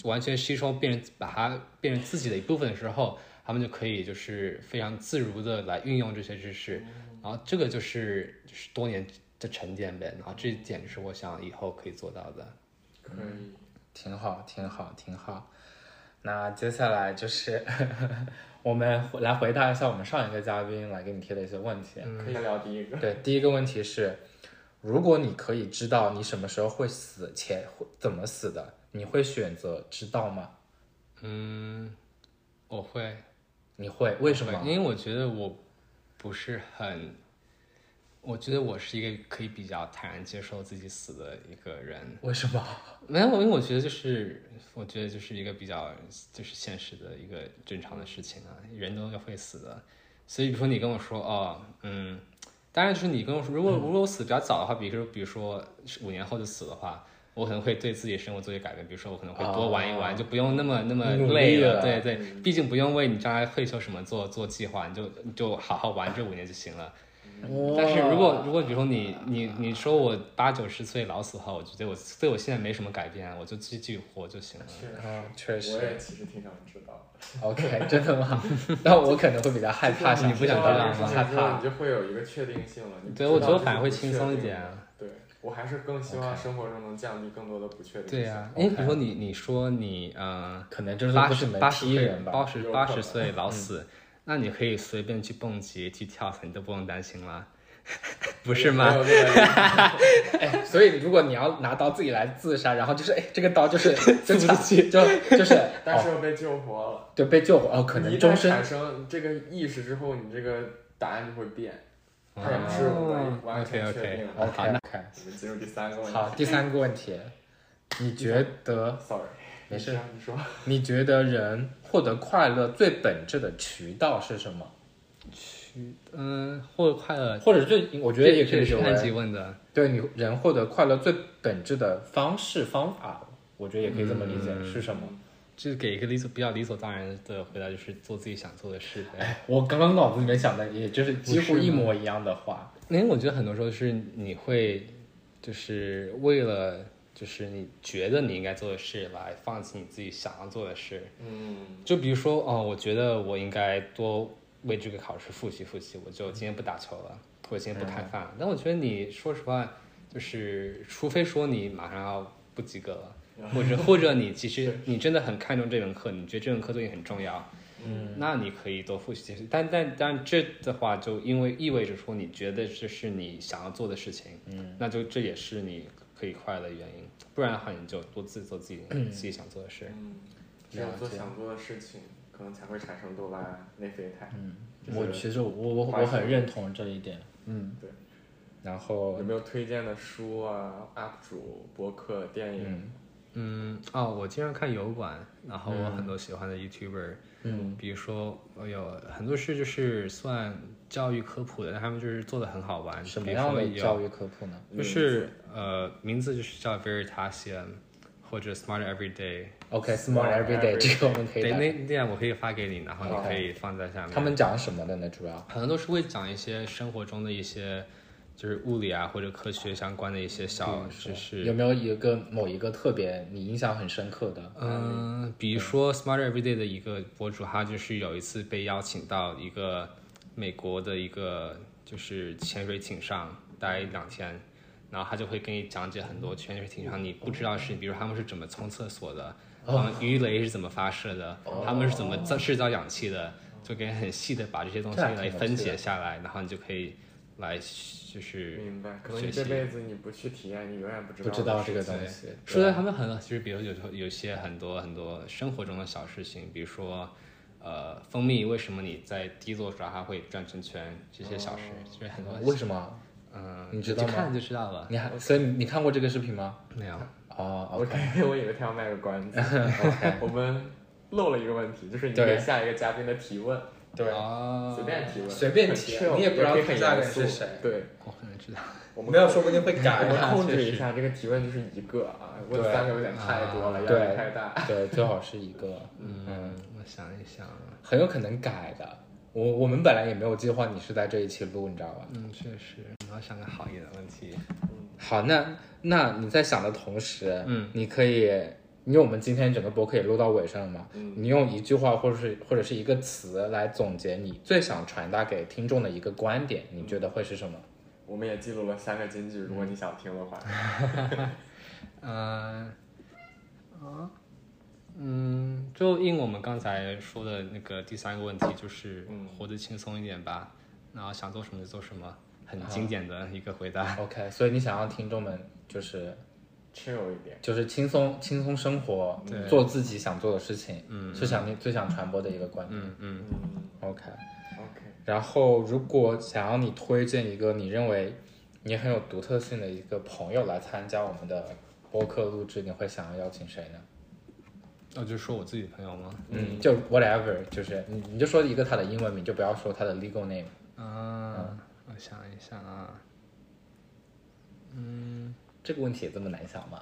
完全吸收，变成把它变成自己的一部分的时候，他们就可以就是非常自如的来运用这些知识。然后这个就是就是多年的沉淀呗，然后这一点是我想以后可以做到的。可以。挺好，挺好，挺好。那接下来就是 我们来回答一下我们上一个嘉宾来给你提的一些问题。可以聊第一个，对，第一个问题是，如果你可以知道你什么时候会死且会怎么死的，你会选择知道吗？嗯，我会，你会为什会么？因为我觉得我不是很，我觉得我是一个可以比较坦然接受自己死的一个人。为什么？没有，因为我觉得就是，我觉得就是一个比较就是现实的一个正常的事情啊，人都要会死的。所以，比如说你跟我说，哦，嗯，当然就是你跟我说，如嗯果如果我死比较早的话，比如说比如说五年后就死的话，我可能会对自己生活做一些改变，比如说我可能会多玩一玩，就不用那么那么哦努累力了嗯对对，毕竟不用为你将来退休什么做做计划，你就你就好好玩这五年就行了。但是如果如果比如说你你你说我八九十岁老死的话，我觉得我对我现在没什么改变啊，我就继续活就行了。嗯，确实我。也其实挺想知道。 OK，真 的吗？那我可能会比较害怕，你不想知道吗害害怕，怕你。就会有一个确定性了。你对，不我知觉道得这反而个会不轻确松一定点的啊。对，我还是更希望生活中能降低更多的不确定性。对呀、因为哎比如说你你说你呃可能真的八不十是门八批十岁人八吧？嗯十有八可十能岁老死，那你可以随便去蹦极去跳伞，你都不用担心 啦，不是没吗？有这个哎， 所以如果你要拿刀自己来自杀，然后就是哎，这个刀就是 就插去，就就是，但是哦、又被救活了。对被救活哦，可你一能旦终身产生这个意识之后，你这个答案就会变，它也不是完完全确定的。哦 OK 好那 OK。我们进入第三个问题。好，第三个问题，你觉得 Sorry，没事你说，你说。你觉得人获得快乐最本质的渠道是什么？嗯，获得快乐，或者最我觉得也可这以也是认看为级问的。对你人获得快乐最本质的方式方法，我觉得也可以这么理解、嗯是什么？就是给一个理所比较理所当然的回答，就是做自己想做的事呗。哎我刚刚脑子里面想的，也就是几乎一模一样的话。因为我觉得很多时候是你会，就是为了就是你觉得你应该做的事来放弃你自己想要做的事。嗯，就比如说，哦，我觉得我应该多为这个考试复习复习，我就今天不打球了，或者今天不看饭了。但我觉得你说实话，就是除非说你马上要不及格了。或者或者 你其实你真的很看重这门课，你觉得这门课对你很重要，嗯，那你可以多复习。但但但这的话，就因为意味着说你觉得这是你想要做的事情，嗯，那就这也是你可以快乐的原因。不然的话，你就多自己做 自己、自己想做的事。嗯，只有做想做的事情，可能才会产生多巴胺、内啡肽。嗯，我其实我我我很认同这一点。嗯，对。然后哦有没有推荐的书啊、UP 主、博客、电影？嗯，哦，我经常看油管，然后我嗯很多喜欢的 YouTuber，嗯，比如说我有很多是就是算教育科普的，但他们就是做的很好玩，什么比如说样的有教育科普呢？就是呃，名字就是叫 Veritasium 或者 Smart Everyday。 OK，small、everyday，这个我们可以对，打。那那样我可以发给你，然后你可以放在下面。他们讲什么的呢？主要可能都是会讲一些生活中的一些，就是物理啊或者科学相关的一些嗯小知识。有没有一个某一个特别你印象很深刻的？嗯，比如说 Smart Everyday 的一个博主，他就是有一次被邀请到一个美国的一个就是潜水艇上待两天，然后他就会跟你讲解很多潜水艇上你不知道的事情，比如他们是怎么冲厕所的，哦他们鱼雷是怎么发射的，他们是怎么造制造氧气的，就给你很细的把这些东西这还挺来有分趣的解下来，然后你就可以来就是明白，可能你学习这辈子你不去体验，你永远不知道。嗯不知道这个东西。说的他们很多，其实比如有时候有些很多很多生活中的小事情，比如说，呃，蜂蜜为什么你在第一座抓它会转圈圈，这些小事，就是很多，为什么？嗯，你知道吗就看就知道了。你还所以你看过这个视频吗？没有，哦我，OK，感觉我以为他要卖个关 子。我们漏了一个问题，就是你对给下一个嘉宾的提问，对啊，随便提问，随便很提 chill，你也不知道可以很下一个严肃是谁对，我可能知道。我们没有，说不定会我改 们啊的。控制一下这个提问就是一个啊，问对三个有点太啊多了，压对力太大。对，最好是一个，嗯，我想一想，很有可能改的。我我们本来也没有计划你是在这一期录，你知道吧？嗯，确实，我要想个好一点的问题。好，那那你在想的同时，嗯，你可以，因为我们今天整个博客也录到尾声了嘛，嗯你用一句话或者是或者是一个词来总结你最想传达给听众的一个观点，你觉得会是什么？我们也记录了三个金句，如果你想听的话，嗯，啊，嗯，就应我们刚才说的那个第三个问题，就是嗯活得轻松一点吧，然后想做什么就做什么，很经典的一个回答。 OK，所以你想让听众们就是吃有一点。就是轻松轻松生活，做自己想做的事情，嗯，是想你最想传播的一个观点。嗯嗯，嗯 OK， ，OK，然后如果想要你推荐一个你认为你很有独特性的一个朋友来参加我们的播客录制，你会想要邀请谁呢？那哦就说我自己的朋友吗？嗯，就 whatever，就是你你就说一个他的英文名，就不要说他的 legal name。啊，我想一想啊，这个问题也这么难想 吗？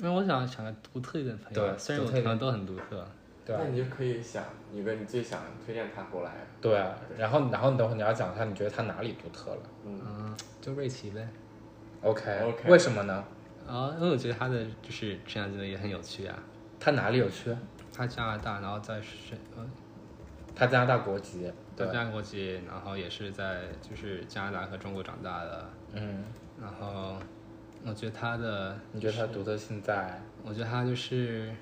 因为我想想个独特一点的朋友吧，对虽然我独特一朋点友都很独特，对那你就可以想一个你最想推荐他过来。对啊，然后然后你等会儿你要讲一下你觉得他哪里独特了。嗯嗯，就瑞奇呗。 OK，, OK 为什么呢？啊，因为我觉得他的就是这样真的也很有趣啊。他哪里有趣？他加拿大，然后在是呃他加拿大国籍，对在，加拿大国籍，然后也是在就是加拿大和中国长大的，嗯，然后我觉得他的，你觉得他独特性在？我觉得他就是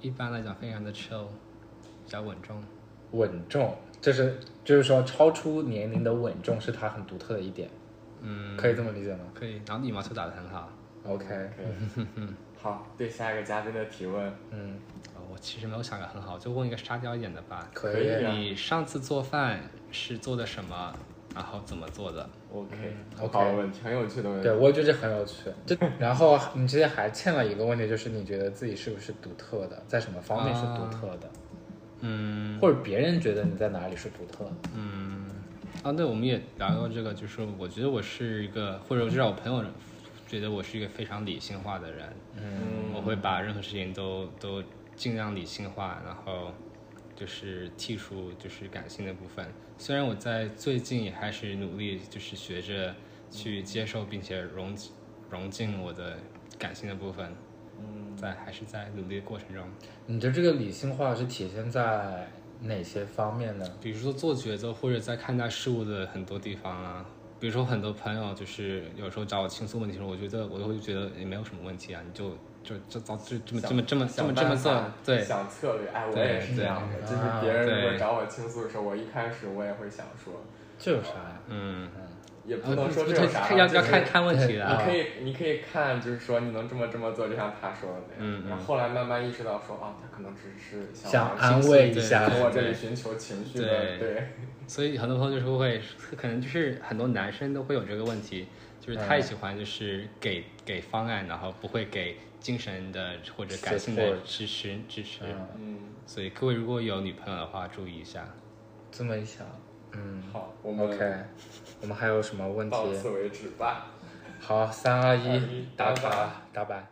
一般来讲非常的 chill，比较稳重。稳重，就是就是说超出年龄的稳重是他很独特的一点，嗯，可以这么理解吗可以。然后羽毛球打得很好。 ？OK，好，对下一个嘉宾的提问，嗯，呃我其实没有想的很好，就问一个沙雕一点的吧。可可以以啊你上次做饭是做的什么？然后怎么做的？ OK，、 OK 很好的问题，很有趣的问题对，。我觉得这很有趣。这然后你之前还欠了一个问题，就是你觉得自己是不是独特的，在什么方面是独特的，啊嗯或者别人觉得你在哪里是独特的？嗯，啊，对，我们也聊过这个，就是我觉得我是一个，或者至少我朋友觉得我是一个非常理性化的人，嗯我会把任何事情都都尽量理性化，然后就是剔除就是感性的部分。虽然我在最近也开始努力，就是学着去接受并且融融进我的感性的部分，嗯，在还是在努力的过程中。你的这个理性化是体现在哪些方面呢？比如说做抉择或者在看待事物的很多地方啊，比如说很多朋友就是有时候找我倾诉问题的时候，我觉得我都会觉得也没有什么问题啊，你就就就早就这么这么这么这么这么做，对，想策略，哎，我对也是这样的。对就是别人如啊果找我倾诉的时候，我一开始我也会想说，这有啥呀？嗯，也呃不能说不这不有啥吧，要就要是看看问题的你啊，可以，你可以看，就是说你能这么这么做，就像他说的那样。嗯嗯然后后来慢慢意识到说，啊，他可能只是想我安倾诉慰一对下从我这里寻求情绪的，对对，所以很多朋友就是会，可能就是很多男生都会有这个问题，就是太喜欢就是给、给方案，然后不会给精神的或者感性的 Support 支持支持，嗯，嗯，所以各位如果有女朋友的话，注意一下。这么一想，嗯好，我们，OK，我们还有什么问题到？此为止吧。好，三二一3-2-1，打打卡，打板。